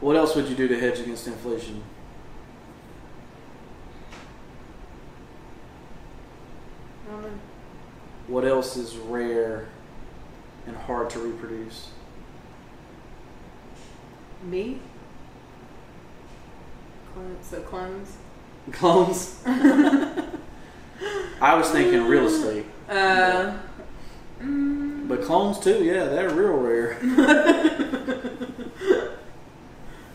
Speaker 2: What else would you do to hedge against inflation?
Speaker 1: I don't know.
Speaker 2: What else is rare and hard to reproduce?
Speaker 1: Me? Clone, so clones?
Speaker 2: Clones. I was thinking real estate,
Speaker 1: Uh. Mm,
Speaker 2: but clones too. Yeah, they're real rare.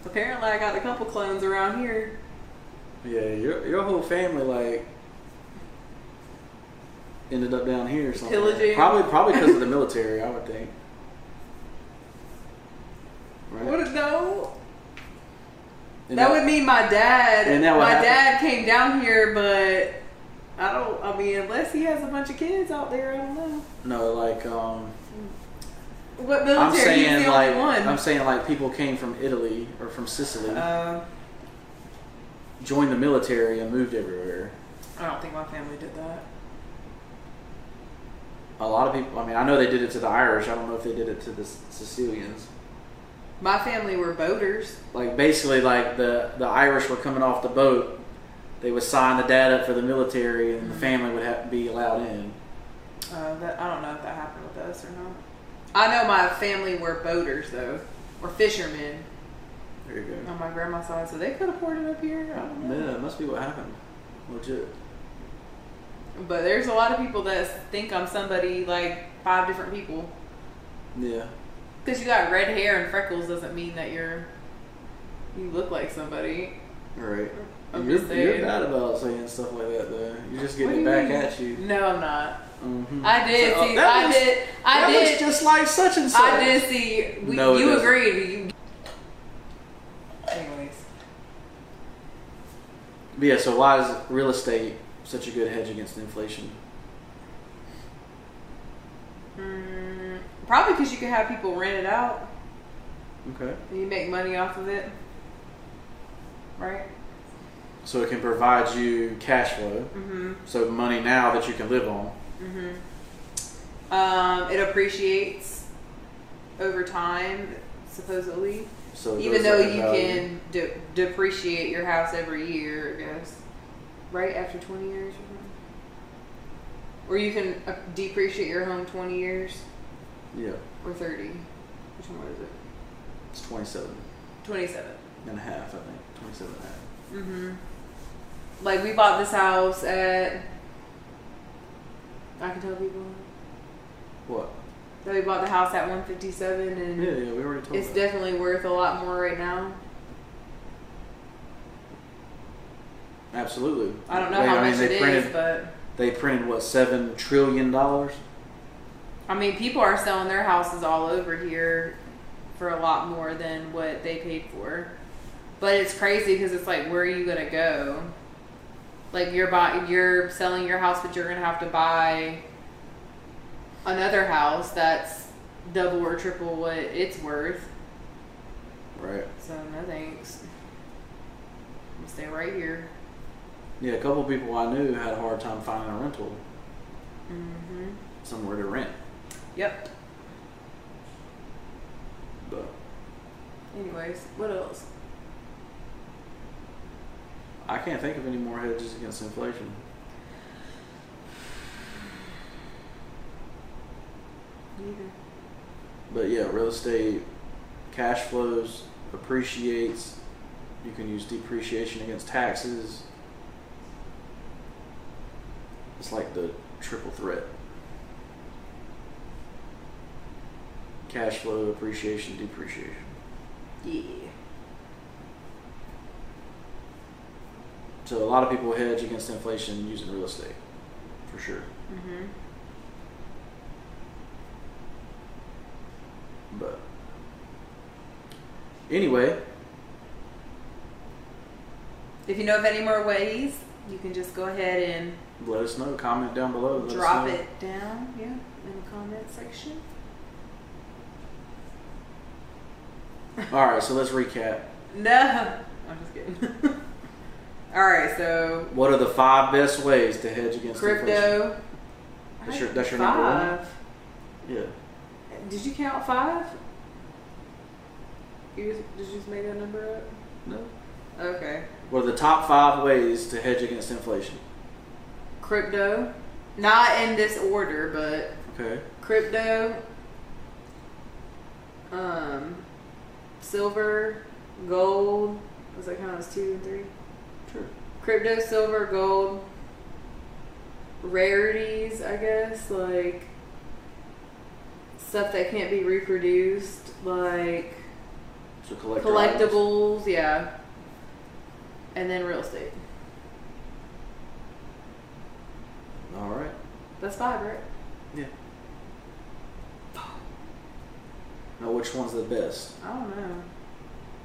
Speaker 1: apparently, I got a couple clones around here.
Speaker 2: Yeah, your your whole family like ended up down here. Somewhere.
Speaker 1: Pillaging.
Speaker 2: Probably probably because of the military, I would think. Right?
Speaker 1: What a no!
Speaker 2: And
Speaker 1: that would mean my dad.
Speaker 2: And that would
Speaker 1: my
Speaker 2: happen.
Speaker 1: dad came down here, but I don't. I mean, unless he has a bunch of kids out there, I don't know.
Speaker 2: no, like um,
Speaker 1: What
Speaker 2: I'm
Speaker 1: military? He's
Speaker 2: saying
Speaker 1: the
Speaker 2: like
Speaker 1: only one.
Speaker 2: I'm saying like people came from Italy or from Sicily,
Speaker 1: Uh,
Speaker 2: joined the military and moved everywhere.
Speaker 1: I don't think my family did that.
Speaker 2: A lot of people. I mean, I know they did it to the Irish. I don't know if they did it to the S- Sicilians.
Speaker 1: My family were boaters.
Speaker 2: like basically like the the Irish were coming off the boat. They would sign the dad up for the military, and the family would have to be allowed in.
Speaker 1: Uh, that I don't know if that happened with us or not. I know my family were boaters though, or fishermen
Speaker 2: There you go.
Speaker 1: on my grandma's side, so they could have poured it up here. I don't know.
Speaker 2: Yeah, it must be what happened. Legit.
Speaker 1: But there's a lot of people that think I'm somebody like five different people.
Speaker 2: Yeah.
Speaker 1: Because you got red hair and freckles doesn't mean that you're you look like somebody.
Speaker 2: All right.
Speaker 1: I'm
Speaker 2: you're,
Speaker 1: just
Speaker 2: you're
Speaker 1: saying.
Speaker 2: bad about saying stuff like that, though. You're just
Speaker 1: What
Speaker 2: getting
Speaker 1: do
Speaker 2: it
Speaker 1: you
Speaker 2: back
Speaker 1: mean?
Speaker 2: at you.
Speaker 1: No, I'm not.
Speaker 2: hmm
Speaker 1: I did
Speaker 2: So,
Speaker 1: see.
Speaker 2: that
Speaker 1: I
Speaker 2: looks-
Speaker 1: did. I
Speaker 2: that
Speaker 1: did.
Speaker 2: looks just like such and such.
Speaker 1: I did see. We,
Speaker 2: No, it
Speaker 1: you
Speaker 2: doesn't.
Speaker 1: agreed. You. Anyways,
Speaker 2: But yeah. So why is real estate such a good hedge against inflation?
Speaker 1: mm, probably because you can have people rent it out
Speaker 2: Okay.
Speaker 1: and you make money off of it, right?
Speaker 2: So it can provide you cash flow,
Speaker 1: Mm-hmm.
Speaker 2: so money now that you can live on.
Speaker 1: Mm-hmm. Um, it appreciates over time, supposedly.
Speaker 2: So it
Speaker 1: Even
Speaker 2: goes up
Speaker 1: though
Speaker 2: in
Speaker 1: you
Speaker 2: value.
Speaker 1: can de- depreciate your house every year, I guess, right after twenty years, or something. Or you can uh, depreciate your home twenty years
Speaker 2: Yeah,
Speaker 1: or thirty. Which one was it?
Speaker 2: it's 27
Speaker 1: Twenty-seven.
Speaker 2: and a half, I think. 27 and a half.
Speaker 1: Mm-hmm. Like we bought this house at. I can tell people
Speaker 2: What?
Speaker 1: that we bought the house at one fifty-seven, and
Speaker 2: Yeah, yeah, we already talked
Speaker 1: it's
Speaker 2: about it.
Speaker 1: definitely worth a lot more right now.
Speaker 2: Absolutely.
Speaker 1: I don't know
Speaker 2: Wait,
Speaker 1: how
Speaker 2: I mean,
Speaker 1: much
Speaker 2: they
Speaker 1: it is,
Speaker 2: printed,
Speaker 1: but
Speaker 2: They printed, what, $7 trillion? dollars?
Speaker 1: I mean, people are selling their houses all over here for a lot more than what they paid for. But it's crazy because it's like, where are you gonna go? Like you're buy- you're selling your house, but you're gonna have to buy another house that's double or triple what it's worth.
Speaker 2: Right.
Speaker 1: So no thanks. I'm gonna stay right here.
Speaker 2: Yeah, a couple people I knew had a hard time finding a rental
Speaker 1: Mm-hmm.
Speaker 2: somewhere to rent.
Speaker 1: Yep.
Speaker 2: But
Speaker 1: Anyways, what else?
Speaker 2: I can't think of any more hedges against inflation.
Speaker 1: Neither.
Speaker 2: But yeah, real estate, cash flows, appreciates. You can use depreciation against taxes. It's like the triple threat. Cash flow, appreciation, depreciation.
Speaker 1: Yeah.
Speaker 2: So a lot of people hedge against inflation using real estate, for sure.
Speaker 1: Mm-hmm.
Speaker 2: But anyway,
Speaker 1: If you know of any more ways, you can just go ahead and
Speaker 2: let us know. Comment down below. Let us
Speaker 1: drop
Speaker 2: know.
Speaker 1: it down, yeah, in the comment section.
Speaker 2: All right, so let's recap.
Speaker 1: No, I'm just kidding. All right, so
Speaker 2: What are the five best ways to hedge against inflation?
Speaker 1: crypto.
Speaker 2: That's your- that's your number one?
Speaker 1: five.
Speaker 2: Yeah.
Speaker 1: Did you count five? You just, did you just make that number up?
Speaker 2: No.
Speaker 1: Okay.
Speaker 2: What are the top five ways to hedge against inflation?
Speaker 1: Crypto, not in this order, but
Speaker 2: Okay.
Speaker 1: crypto, um, silver, gold. Was that count as two and three?
Speaker 2: Sure.
Speaker 1: Crypto, silver, gold, rarities. I guess like stuff that can't be reproduced, like
Speaker 2: So collector items.
Speaker 1: collectibles. Yeah, and then real estate.
Speaker 2: All right.
Speaker 1: That's five, right?
Speaker 2: Yeah. Now, which one's the best?
Speaker 1: I don't know.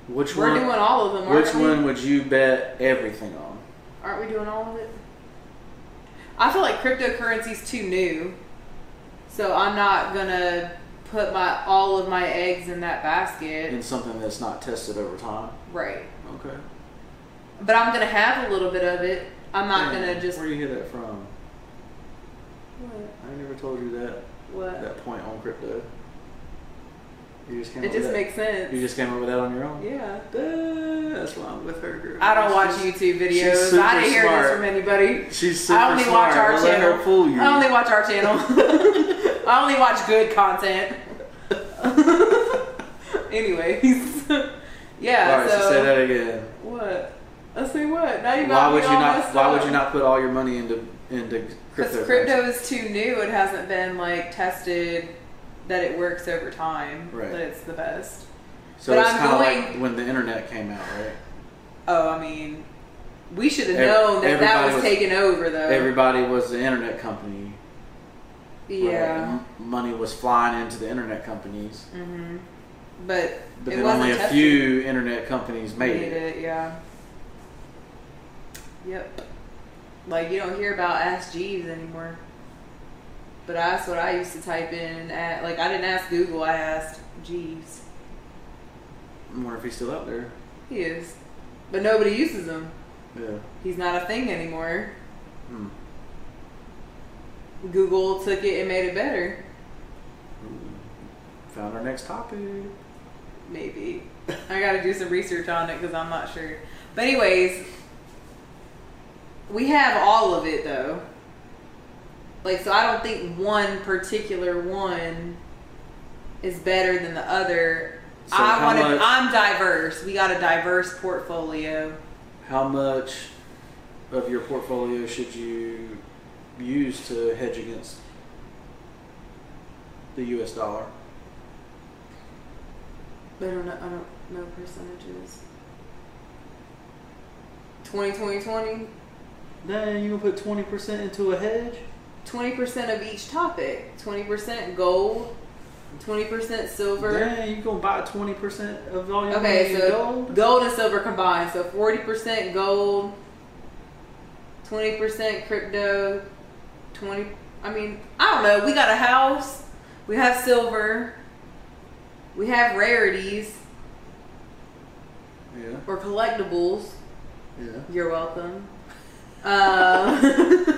Speaker 2: Which
Speaker 1: We're
Speaker 2: one?
Speaker 1: doing all of them.
Speaker 2: which
Speaker 1: aren't we?
Speaker 2: one would you bet everything on?
Speaker 1: Aren't we doing all of it? I feel like cryptocurrency's too new, so I'm not gonna put my all of my eggs in that basket.
Speaker 2: In something that's not tested over time.
Speaker 1: Right.
Speaker 2: Okay.
Speaker 1: But I'm gonna have a little bit of it. I'm not
Speaker 2: Yeah.
Speaker 1: gonna just
Speaker 2: Where do you hear that from?
Speaker 1: what?
Speaker 2: I never told you that
Speaker 1: what?
Speaker 2: that point on crypto. You just came.
Speaker 1: It
Speaker 2: up
Speaker 1: just
Speaker 2: with
Speaker 1: makes
Speaker 2: that. You
Speaker 1: sense.
Speaker 2: just came up with that on your own.
Speaker 1: Yeah.
Speaker 2: Yeah. That's why I'm with her, girl.
Speaker 1: I don't watch
Speaker 2: She's-
Speaker 1: YouTube
Speaker 2: she's
Speaker 1: videos.
Speaker 2: super
Speaker 1: I didn't hear this
Speaker 2: smart.
Speaker 1: from anybody.
Speaker 2: She's super
Speaker 1: I only
Speaker 2: smart.
Speaker 1: watch our
Speaker 2: Don't let her
Speaker 1: channel.
Speaker 2: fool you.
Speaker 1: I only watch our channel. I only watch good content. Anyways, yeah.
Speaker 2: All right, so,
Speaker 1: so
Speaker 2: say that again.
Speaker 1: What? Let's see what. Now you
Speaker 2: Why
Speaker 1: got
Speaker 2: would
Speaker 1: me
Speaker 2: you
Speaker 1: all
Speaker 2: not?
Speaker 1: messed
Speaker 2: Why
Speaker 1: up.
Speaker 2: would you not put all your money into into crypto?
Speaker 1: Because crypto is too new. It hasn't been like tested that it works over time.
Speaker 2: Right.
Speaker 1: That it's the best.
Speaker 2: So
Speaker 1: but
Speaker 2: it's
Speaker 1: I'm
Speaker 2: kind of like
Speaker 1: going-
Speaker 2: when the internet came out, right?
Speaker 1: Oh, I mean, we should have
Speaker 2: Ev-
Speaker 1: known that that
Speaker 2: everybody
Speaker 1: was,
Speaker 2: was-
Speaker 1: taken over though.
Speaker 2: Everybody was the internet company. right?
Speaker 1: yeah.
Speaker 2: M- Money was flying into the internet companies,
Speaker 1: hmm But,
Speaker 2: but
Speaker 1: it
Speaker 2: then
Speaker 1: wasn't
Speaker 2: only a
Speaker 1: tested.
Speaker 2: few internet companies made
Speaker 1: Made
Speaker 2: it.
Speaker 1: it. Yeah. Yep. Like you don't hear about Ask Jeeves anymore. But that's what I used to type in. At, like I didn't ask Google. I asked Jeeves.
Speaker 2: I wonder if he's still out there.
Speaker 1: He is. But nobody uses him.
Speaker 2: Yeah.
Speaker 1: He's not a thing anymore.
Speaker 2: Hmm.
Speaker 1: Google took it and made it better.
Speaker 2: Ooh. Found our next topic.
Speaker 1: Maybe. I gotta do some research on it because I'm not sure. But, anyways, we have all of it though. Like, so I don't think one particular one is better than the other.
Speaker 2: So
Speaker 1: I
Speaker 2: how
Speaker 1: want
Speaker 2: much-
Speaker 1: to. I'm diverse. We got a diverse portfolio.
Speaker 2: How much of your portfolio should you use to hedge against the U.S. dollar?
Speaker 1: But I don't know. I don't know percentages. 20, 20, 20.
Speaker 2: Then you gonna put twenty percent into a hedge?
Speaker 1: 20% of each topic 20% gold 20% silver
Speaker 2: Dang, you gonna buy twenty percent of all your money
Speaker 1: okay
Speaker 2: in
Speaker 1: so
Speaker 2: gold?
Speaker 1: gold and silver combined so 40% gold 20% crypto 20 i mean i don't know we got a house we have silver we have rarities
Speaker 2: Yeah,
Speaker 1: or collectibles
Speaker 2: yeah.
Speaker 1: you're welcome um,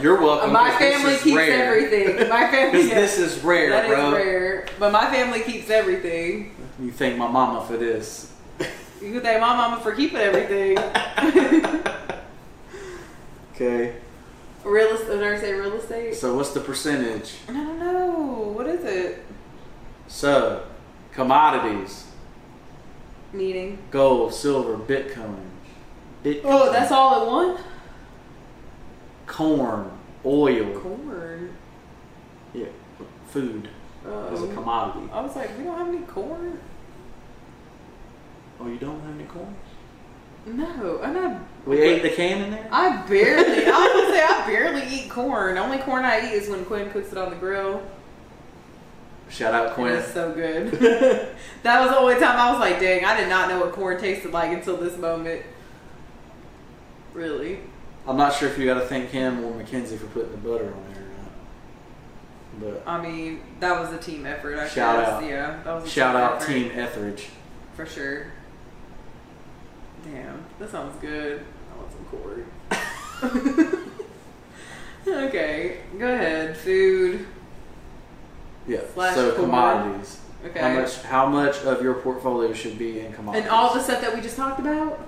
Speaker 2: You're welcome.
Speaker 1: my
Speaker 2: 'cause this
Speaker 1: family
Speaker 2: is
Speaker 1: keeps
Speaker 2: rare.
Speaker 1: everything my family
Speaker 2: Cause this is rare,
Speaker 1: That is
Speaker 2: bro.
Speaker 1: rare. But my family keeps everything.
Speaker 2: You thank my mama for this.
Speaker 1: You could thank my mama for keeping everything.
Speaker 2: Okay.
Speaker 1: real estate. Did I say real estate?
Speaker 2: So what's the percentage?
Speaker 1: I don't know. What is it?
Speaker 2: So, commodities,
Speaker 1: Meaning?
Speaker 2: gold, silver, Bitcoin, Bitcoin.
Speaker 1: Oh, that's all in one?
Speaker 2: corn, oil,
Speaker 1: Corn.
Speaker 2: yeah, food, uh, as a
Speaker 1: Um,
Speaker 2: commodity.
Speaker 1: I was like, we don't have any corn.
Speaker 2: Oh, you don't have any corn?
Speaker 1: No, and I
Speaker 2: We ate the can in there?
Speaker 1: I barely. I was gonna say I barely eat corn. The only corn I eat is when Quinn cooks it on the grill.
Speaker 2: Shout out
Speaker 1: And
Speaker 2: Quinn.
Speaker 1: it's so good. That was the only time I was like, dang, I did not know what corn tasted like until this moment. Really?
Speaker 2: I'm not sure if you got to thank him or Mackenzie for putting the butter on there or not.
Speaker 1: I mean, that was a team effort. I
Speaker 2: Shout
Speaker 1: guess.
Speaker 2: out.
Speaker 1: Yeah, that was a
Speaker 2: But shout
Speaker 1: team
Speaker 2: out
Speaker 1: effort,
Speaker 2: Team Etheridge.
Speaker 1: for sure. Damn, that sounds good. I want some corn. okay, go ahead. Food.
Speaker 2: Yeah.
Speaker 1: Slash
Speaker 2: so
Speaker 1: corn.
Speaker 2: commodities.
Speaker 1: Okay.
Speaker 2: How much? How much of your portfolio should be in commodities?
Speaker 1: and all the stuff that we just talked about.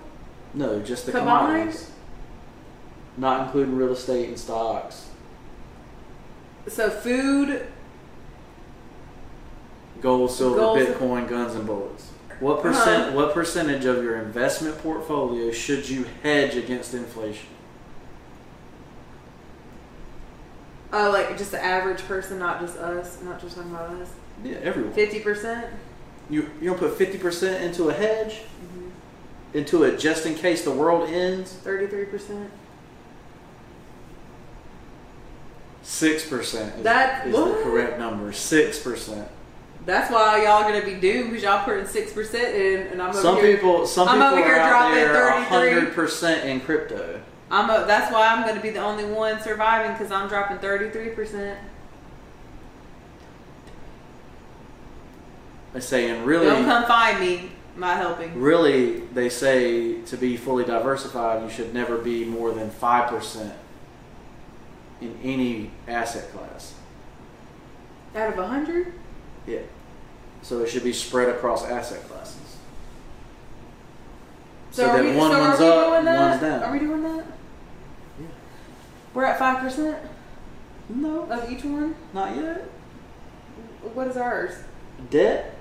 Speaker 2: No, just the
Speaker 1: Combined?
Speaker 2: commodities. Not including real estate and stocks.
Speaker 1: So food.
Speaker 2: Gold, silver,
Speaker 1: Gold, sil- Uh-huh.
Speaker 2: Bitcoin, guns, and bullets. What percent? What percentage of your investment portfolio should you hedge against inflation?
Speaker 1: Oh, like just the average person, not just us, not just talking about us.
Speaker 2: Yeah, everyone.
Speaker 1: Fifty percent.
Speaker 2: You you don't put fifty percent into a hedge, into it just in case the world ends.
Speaker 1: Thirty-three percent.
Speaker 2: Six percent is,
Speaker 1: That-
Speaker 2: is
Speaker 1: what?
Speaker 2: the correct number. Six percent.
Speaker 1: That's why y'all gonna be doomed because y'all putting six percent in, and I'm over
Speaker 2: Some
Speaker 1: here.
Speaker 2: people some
Speaker 1: I'm
Speaker 2: people
Speaker 1: over here
Speaker 2: are out
Speaker 1: dropping
Speaker 2: there
Speaker 1: 33.
Speaker 2: hundred percent in crypto.
Speaker 1: I'm a, that's why I'm gonna be the only one surviving because I'm dropping thirty-three percent.
Speaker 2: They say and
Speaker 1: Don't
Speaker 2: really
Speaker 1: come find me. I'm not helping.
Speaker 2: really they say to be fully diversified you should never be more than five percent in any asset class.
Speaker 1: Out of a hundred.
Speaker 2: Yeah. So it should be spread across asset classes.
Speaker 1: So,
Speaker 2: So
Speaker 1: are
Speaker 2: that
Speaker 1: we,
Speaker 2: one
Speaker 1: so
Speaker 2: one's
Speaker 1: are we
Speaker 2: up,
Speaker 1: doing that?
Speaker 2: one's down.
Speaker 1: Are we doing that?
Speaker 2: Yeah.
Speaker 1: We're at five percent
Speaker 2: No,
Speaker 1: of each one.
Speaker 2: not yet.
Speaker 1: What is ours?
Speaker 2: Debt?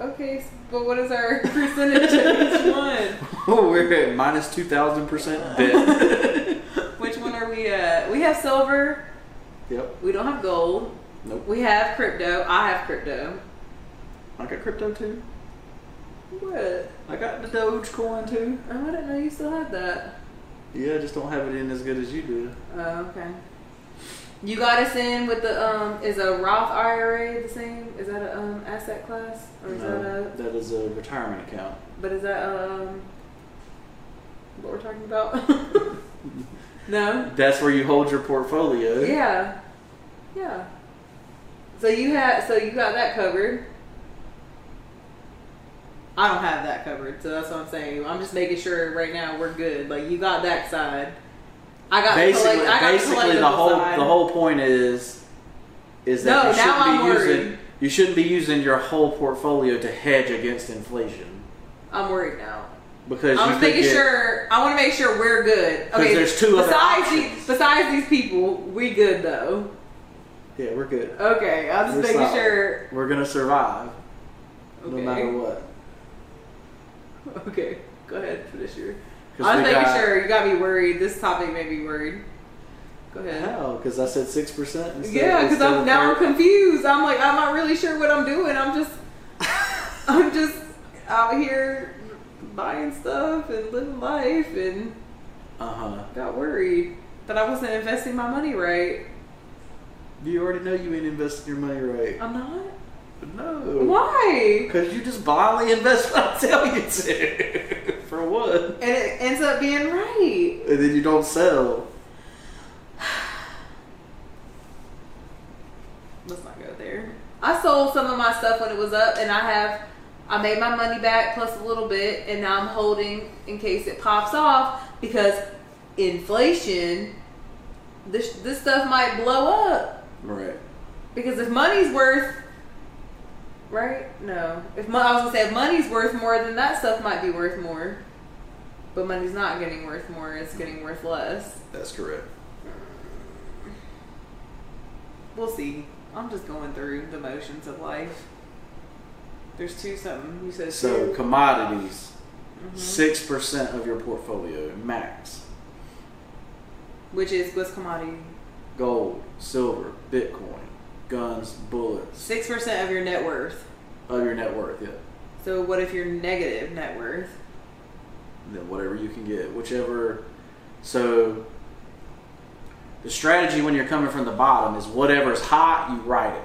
Speaker 1: Okay, s- but what is our percentage of each one?
Speaker 2: Oh, we're at minus 2,000% debt.
Speaker 1: Which one are we at? We have silver.
Speaker 2: yep.
Speaker 1: We don't have gold.
Speaker 2: Nope.
Speaker 1: We have crypto. I have crypto.
Speaker 2: I got crypto too.
Speaker 1: What?
Speaker 2: I got the Dogecoin too.
Speaker 1: Oh, I didn't know you still had that.
Speaker 2: Yeah, I just don't have it in as good as you do.
Speaker 1: Oh, okay. You got us in with the um. Is a Roth IRA the same? Is that a um asset class or is that a?
Speaker 2: that is a retirement account.
Speaker 1: But is that um. What we're talking about? no.
Speaker 2: That's where you hold your portfolio.
Speaker 1: Yeah. Yeah. So you had so you got that covered. I don't have that covered, so that's what I'm saying. I'm just making sure right now we're good. Like you got that side. I got
Speaker 2: Basically,
Speaker 1: the, collect- I got
Speaker 2: basically the
Speaker 1: collectible
Speaker 2: whole
Speaker 1: side.
Speaker 2: the whole point is is that
Speaker 1: No,
Speaker 2: you shouldn't
Speaker 1: now
Speaker 2: be
Speaker 1: I'm
Speaker 2: using
Speaker 1: worried.
Speaker 2: you shouldn't be using your whole portfolio to hedge against inflation
Speaker 1: I'm worried now.
Speaker 2: because
Speaker 1: I'm
Speaker 2: you
Speaker 1: just
Speaker 2: could
Speaker 1: making
Speaker 2: get-
Speaker 1: sure. I want to make sure we're good.
Speaker 2: 'Cause
Speaker 1: Okay,
Speaker 2: there's two other
Speaker 1: besides
Speaker 2: options.
Speaker 1: these, besides these people, we good though.
Speaker 2: Yeah, we're good.
Speaker 1: Okay, I'm just
Speaker 2: We're
Speaker 1: making
Speaker 2: solid.
Speaker 1: sure.
Speaker 2: We're gonna survive
Speaker 1: Okay.
Speaker 2: no matter what.
Speaker 1: Okay, go ahead, finish your.
Speaker 2: 'Cause
Speaker 1: I was
Speaker 2: we
Speaker 1: making
Speaker 2: got-
Speaker 1: sure you got me worried. This topic made me worried. Go ahead.
Speaker 2: How? Because I said six percent.
Speaker 1: Yeah, because I'm now I'm confused. I'm like I'm not really sure what I'm doing. I'm just I'm just out here buying stuff and living life and
Speaker 2: Uh huh.
Speaker 1: got worried that I wasn't investing my money right.
Speaker 2: You already know you ain't investing your money right.
Speaker 1: I'm not.
Speaker 2: No.
Speaker 1: Why?
Speaker 2: Because you just blindly invest what I tell you to. For what?
Speaker 1: And it ends up being right.
Speaker 2: And then you don't sell.
Speaker 1: Let's not go there. I sold some of my stuff when it was up, and I have, I made my money back plus a little bit, and now I'm holding in case it pops off because inflation, this this stuff might blow up
Speaker 2: Right.
Speaker 1: because if money's worth, right? No, if mon- I was gonna say if money's worth more, then that stuff might be worth more, but money's not getting worth more; it's getting worth less.
Speaker 2: That's correct.
Speaker 1: We'll see. I'm just going through the motions of life. There's two something you said.
Speaker 2: So
Speaker 1: two.
Speaker 2: commodities, 6 percent of your portfolio max.
Speaker 1: Which is what's commodity?
Speaker 2: Gold, silver, Bitcoin, guns, bullets
Speaker 1: Six percent of your net worth.
Speaker 2: of your net worth. Yeah.
Speaker 1: So what if you're negative net worth?
Speaker 2: then whatever you can get, whichever. So the strategy when you're coming from the bottom is whatever's hot, you ride it.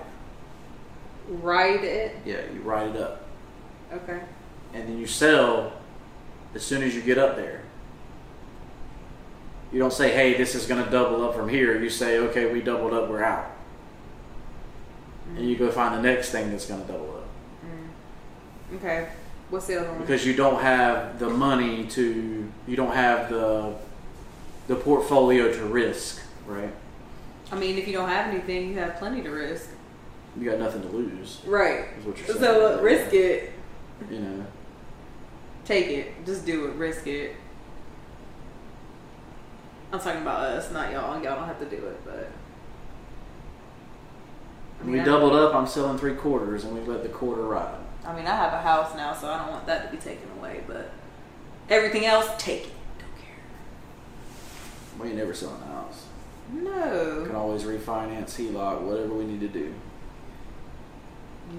Speaker 1: Write it.
Speaker 2: Yeah, you ride it up,
Speaker 1: Okay.
Speaker 2: and then you sell as soon as you get up there. You don't say, "Hey, this is going to double up from here." You say, "Okay, we doubled up, we're out," and you go find the next thing that's going to double up.
Speaker 1: Okay. What's the other one?
Speaker 2: because you don't have the money to you don't have the the portfolio to risk right
Speaker 1: I mean, if you don't have anything, you have plenty to risk.
Speaker 2: you got nothing to lose
Speaker 1: Right.
Speaker 2: is what you're saying
Speaker 1: So uh, risk it.
Speaker 2: you know
Speaker 1: Take it. Just do it. Risk it. I'm talking about us, not y'all. Y'all don't have to do it, but. I mean,
Speaker 2: we
Speaker 1: I-
Speaker 2: doubled up i'm selling three quarters and we let the quarter ride
Speaker 1: I mean, I have a house now, so I don't want that to be taken away, but everything else, take it. Don't
Speaker 2: we ain't never selling the house
Speaker 1: care.
Speaker 2: we can
Speaker 1: No.
Speaker 2: always refinance E heloc whatever we need to do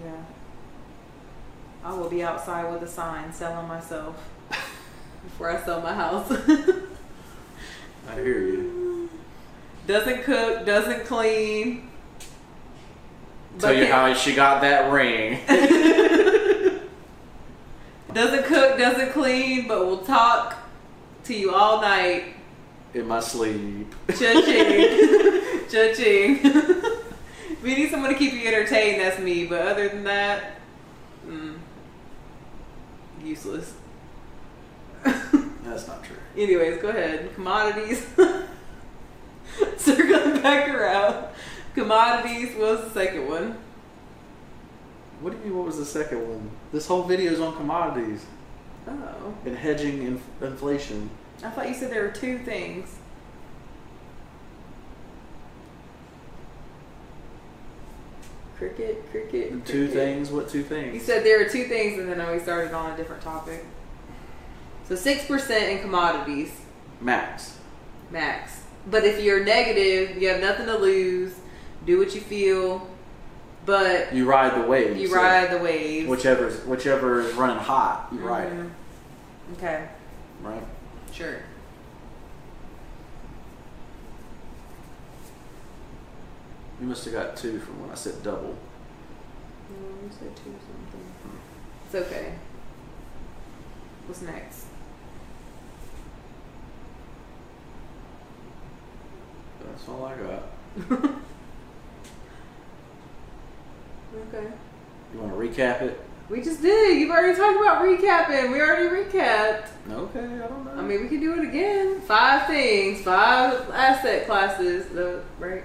Speaker 1: Yeah. I will be outside with a sign selling myself before I sell my house.
Speaker 2: i hear you
Speaker 1: doesn't cook, doesn't clean.
Speaker 2: tell you
Speaker 1: can-
Speaker 2: how she got that ring
Speaker 1: doesn't cook, doesn't clean, but will talk to you all night.
Speaker 2: in my sleep
Speaker 1: Judging. Judging. if you need someone to keep you entertained, that's me. But other than that, mm, useless.
Speaker 2: that's not true
Speaker 1: Anyways, go ahead. Commodities. Circling back around. Commodities, what was the second one?
Speaker 2: what do you mean what was the second one this whole video is on commodities
Speaker 1: Oh.
Speaker 2: and hedging inf- inflation
Speaker 1: I thought you said there were two things. Cricket, cricket.
Speaker 2: And
Speaker 1: cricket.
Speaker 2: Two things. What two
Speaker 1: You
Speaker 2: things?
Speaker 1: said there were two things, and then we started on a different topic. So six percent in commodities
Speaker 2: Max.
Speaker 1: max. But if you're negative, you have nothing to lose. Do what you feel, but
Speaker 2: You ride the wave.
Speaker 1: you
Speaker 2: so
Speaker 1: ride the waves.
Speaker 2: Whichever's whichever is running hot, you ride it.
Speaker 1: Mhm. Okay,
Speaker 2: Right.
Speaker 1: sure.
Speaker 2: You must have got two from when I said double.
Speaker 1: you said two something. It's okay. What's next?
Speaker 2: That's all I got.
Speaker 1: Okay.
Speaker 2: You want to recap it?
Speaker 1: We just did. You've already talked about recapping. We already recapped.
Speaker 2: Okay, I don't know.
Speaker 1: I mean, we can do it again. Five things, five asset classes, though, right?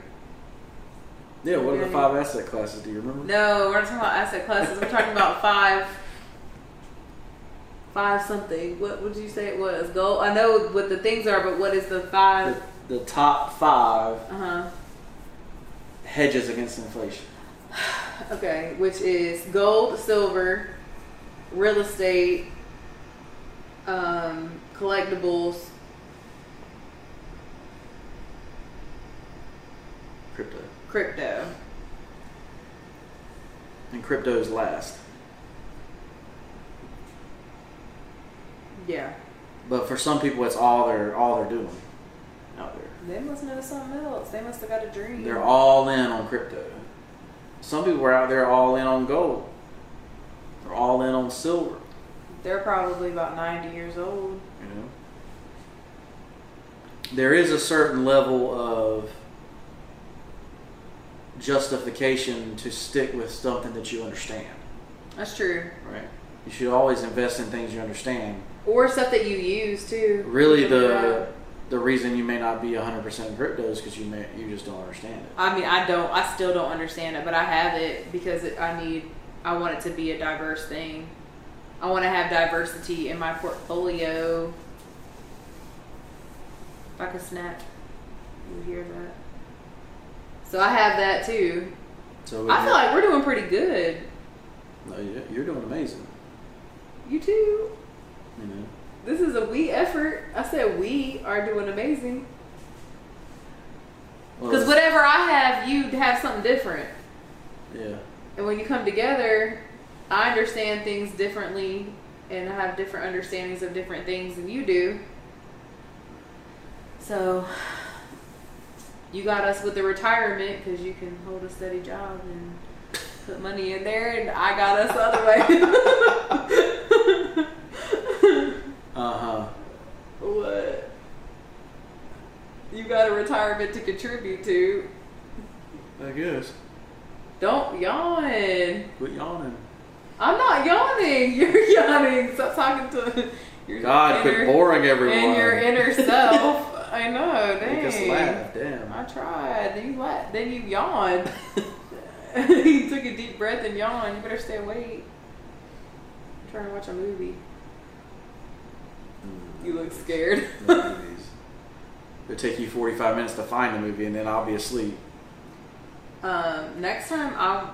Speaker 2: yeah. What are the
Speaker 1: okay.
Speaker 2: five asset classes? Do you remember?
Speaker 1: No, we're not talking about asset classes. We're talking about five, five something. What would you say it was? Gold. I know what the things are, but what is the five?
Speaker 2: The, the top five
Speaker 1: Uh huh.
Speaker 2: hedges against inflation.
Speaker 1: Okay, which is gold, silver, real estate, um, collectibles,
Speaker 2: Crypto.
Speaker 1: crypto.
Speaker 2: And crypto's last.
Speaker 1: Yeah.
Speaker 2: But for some people, it's all they're all they're doing out there.
Speaker 1: They must know something else. They must have got a dream.
Speaker 2: They're all in on crypto. Some people are out there all in on gold. They're all in on silver.
Speaker 1: They're probably about 90 years old.
Speaker 2: You know, there is a certain level of justification to stick with something that you understand.
Speaker 1: That's true.
Speaker 2: Right. You should always invest in things you understand.
Speaker 1: Or stuff that you use too.
Speaker 2: Really, the the reason you may not be 100% in crypto is because you may you just don't understand it.
Speaker 1: I mean, I don't. I still don't understand it, but I have it because it, I need. I want it to be a diverse thing. I want to have diversity in my portfolio. If I could snap, you would hear that. So I have that too.
Speaker 2: So
Speaker 1: I feel like we're doing pretty good.
Speaker 2: no, you- you're doing amazing.
Speaker 1: You too.
Speaker 2: You know.
Speaker 1: This is a we effort. I said we are doing amazing.
Speaker 2: Well,
Speaker 1: Because whatever I have, you have something different.
Speaker 2: Yeah.
Speaker 1: And when you come together, I understand things differently and I have different understandings of different things than you do. So you got us with the retirement because you can hold a steady job and put money in there, and I got us the other way.
Speaker 2: Uh huh.
Speaker 1: what? You got a retirement to contribute to.
Speaker 2: I guess.
Speaker 1: Don't yawn.
Speaker 2: Quit yawning.
Speaker 1: I'm not yawning. You're yawning. Stop talking to your
Speaker 2: God,
Speaker 1: inner,
Speaker 2: quit boring everyone.
Speaker 1: and your inner self. I know. Dang.
Speaker 2: Make us laugh. Damn.
Speaker 1: I tried. Then you laughed. Then you yawned. you took a deep breath and yawned. You better stay awake. I'm trying to watch a movie.
Speaker 2: Mm.
Speaker 1: You look scared.
Speaker 2: movies. It'll take you 45 minutes to find the movie, and then I'll be asleep.
Speaker 1: Um, next time, I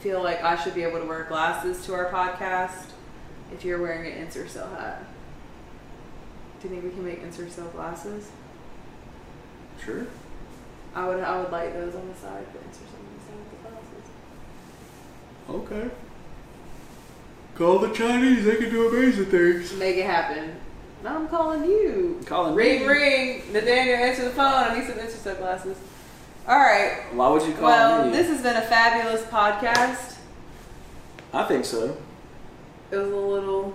Speaker 1: feel like I should be able to wear glasses to our podcast if you're wearing an Intercell hat. Do you think we can make Intercell glasses?
Speaker 2: Sure.
Speaker 1: I would I would like those on the side, but Intercell on the side with the glasses.
Speaker 2: Okay. Call the Chinese. They can do amazing things.
Speaker 1: Make it happen. Now I'm calling you.
Speaker 2: Calling
Speaker 1: Ring
Speaker 2: me.
Speaker 1: ring. Nathaniel, answer the phone. I need some Intercell glasses. All right.
Speaker 2: Why would you call
Speaker 1: Well,
Speaker 2: me?
Speaker 1: this has been a fabulous podcast.
Speaker 2: I think so.
Speaker 1: it was a little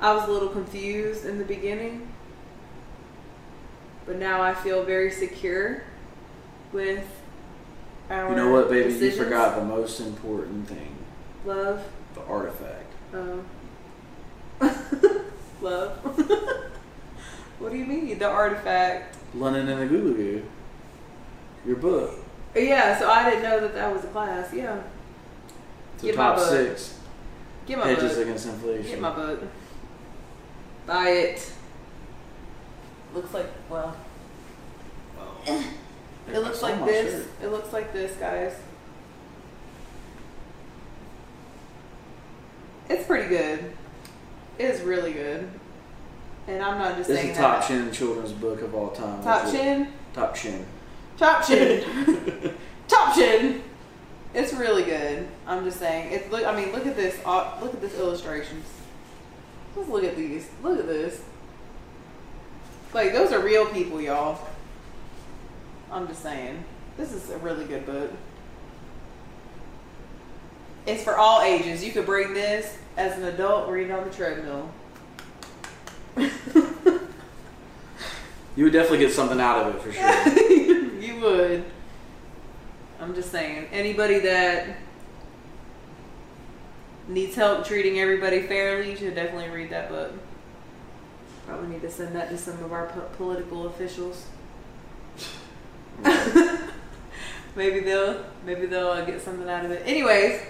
Speaker 1: i was a little confused in the beginning but now i feel very secure with our
Speaker 2: You know what, baby?
Speaker 1: decisions.
Speaker 2: You forgot the most important thing
Speaker 1: love
Speaker 2: the artifact.
Speaker 1: um, love what do you mean the artifact
Speaker 2: London and the Goo Goo. Your book.
Speaker 1: yeah so i didn't know that that was a class yeah
Speaker 2: The
Speaker 1: Get my
Speaker 2: top
Speaker 1: book.
Speaker 2: six
Speaker 1: get my
Speaker 2: hedges
Speaker 1: book
Speaker 2: against inflation.
Speaker 1: get my book buy it looks like well It
Speaker 2: I
Speaker 1: looks
Speaker 2: saw
Speaker 1: like
Speaker 2: Oh my
Speaker 1: this.
Speaker 2: shirt.
Speaker 1: It looks like this, guys. It's pretty good. It is really good. And I'm not just
Speaker 2: This
Speaker 1: saying
Speaker 2: is the top
Speaker 1: that.
Speaker 2: chin children's book of all time.
Speaker 1: Top
Speaker 2: Legit.
Speaker 1: chin.
Speaker 2: Top chin.
Speaker 1: Top chin. top chin. It's really good. I'm just saying. It's look. I mean, look at this. uh, Look at this illustrations. Just look at these. Look at this. Like those are real people, y'all. I'm just saying. This is a really good book. It's for all ages. You could bring this as an adult reading on the treadmill.
Speaker 2: You would definitely get something out of it for sure.
Speaker 1: you would. I'm just saying. Anybody that needs help treating everybody fairly should definitely read that book. Probably need to send that to some of our po- political officials. maybe they'll maybe they'll uh, get something out of it. Anyways,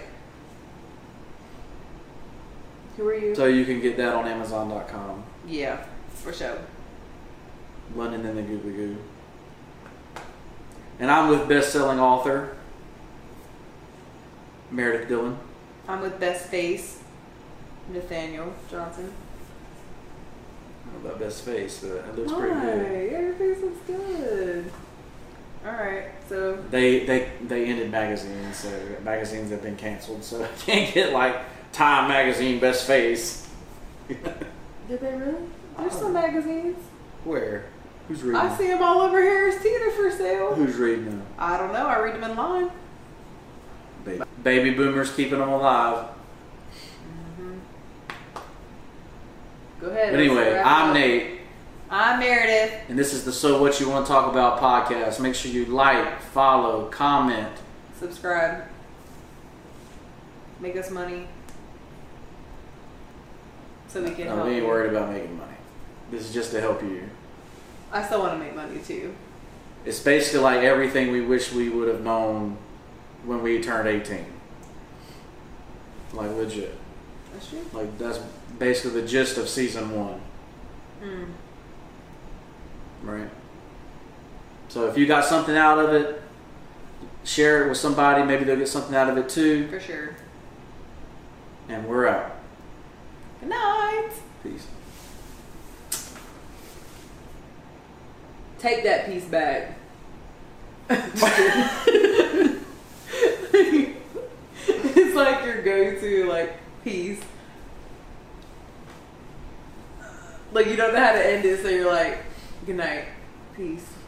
Speaker 1: who are you?
Speaker 2: So you can get that on Amazon.com.
Speaker 1: yeah, for sure.
Speaker 2: London and the Goo Goo Goo. And I'm with best-selling author Meredith Dillon.
Speaker 1: I'm with Best Face, Nathaniel Johnson.
Speaker 2: I don't know about best face, but it looks pretty good.
Speaker 1: Alright, Everything looks good. All right, so
Speaker 2: They they they ended magazines, so magazines have been canceled, so I can't get like Time magazine best face.
Speaker 1: did they really? There's
Speaker 2: Oh.
Speaker 1: some magazines.
Speaker 2: Where? Who's reading?
Speaker 1: I see them all over Harris Theater for sale.
Speaker 2: Who's reading them?
Speaker 1: I don't know. I read them in line.
Speaker 2: Baby, Baby boomers keeping them alive.
Speaker 1: Go ahead.
Speaker 2: But anyway,
Speaker 1: Wrap
Speaker 2: I'm
Speaker 1: up.
Speaker 2: Nate.
Speaker 1: I'm Meredith.
Speaker 2: And this is the So What You Want to Talk About podcast. Make sure you like, follow, comment.
Speaker 1: Subscribe. Make us money. So we can
Speaker 2: No,
Speaker 1: help.
Speaker 2: we ain't
Speaker 1: you.
Speaker 2: worried about making money. This is just to help you.
Speaker 1: I still want to make money too.
Speaker 2: It's basically like everything we wish we would have known when we turned 18. Like, legit.
Speaker 1: That's true.
Speaker 2: Like, that's basically the gist of season one,
Speaker 1: Mm.
Speaker 2: right? So, if you got something out of it, share it with somebody. Maybe they'll get something out of it too.
Speaker 1: For sure.
Speaker 2: And we're out.
Speaker 1: Good night.
Speaker 2: Peace.
Speaker 1: Take that piece back. too, like peas. Like you don't know how to end it, so you're like, good night, peace.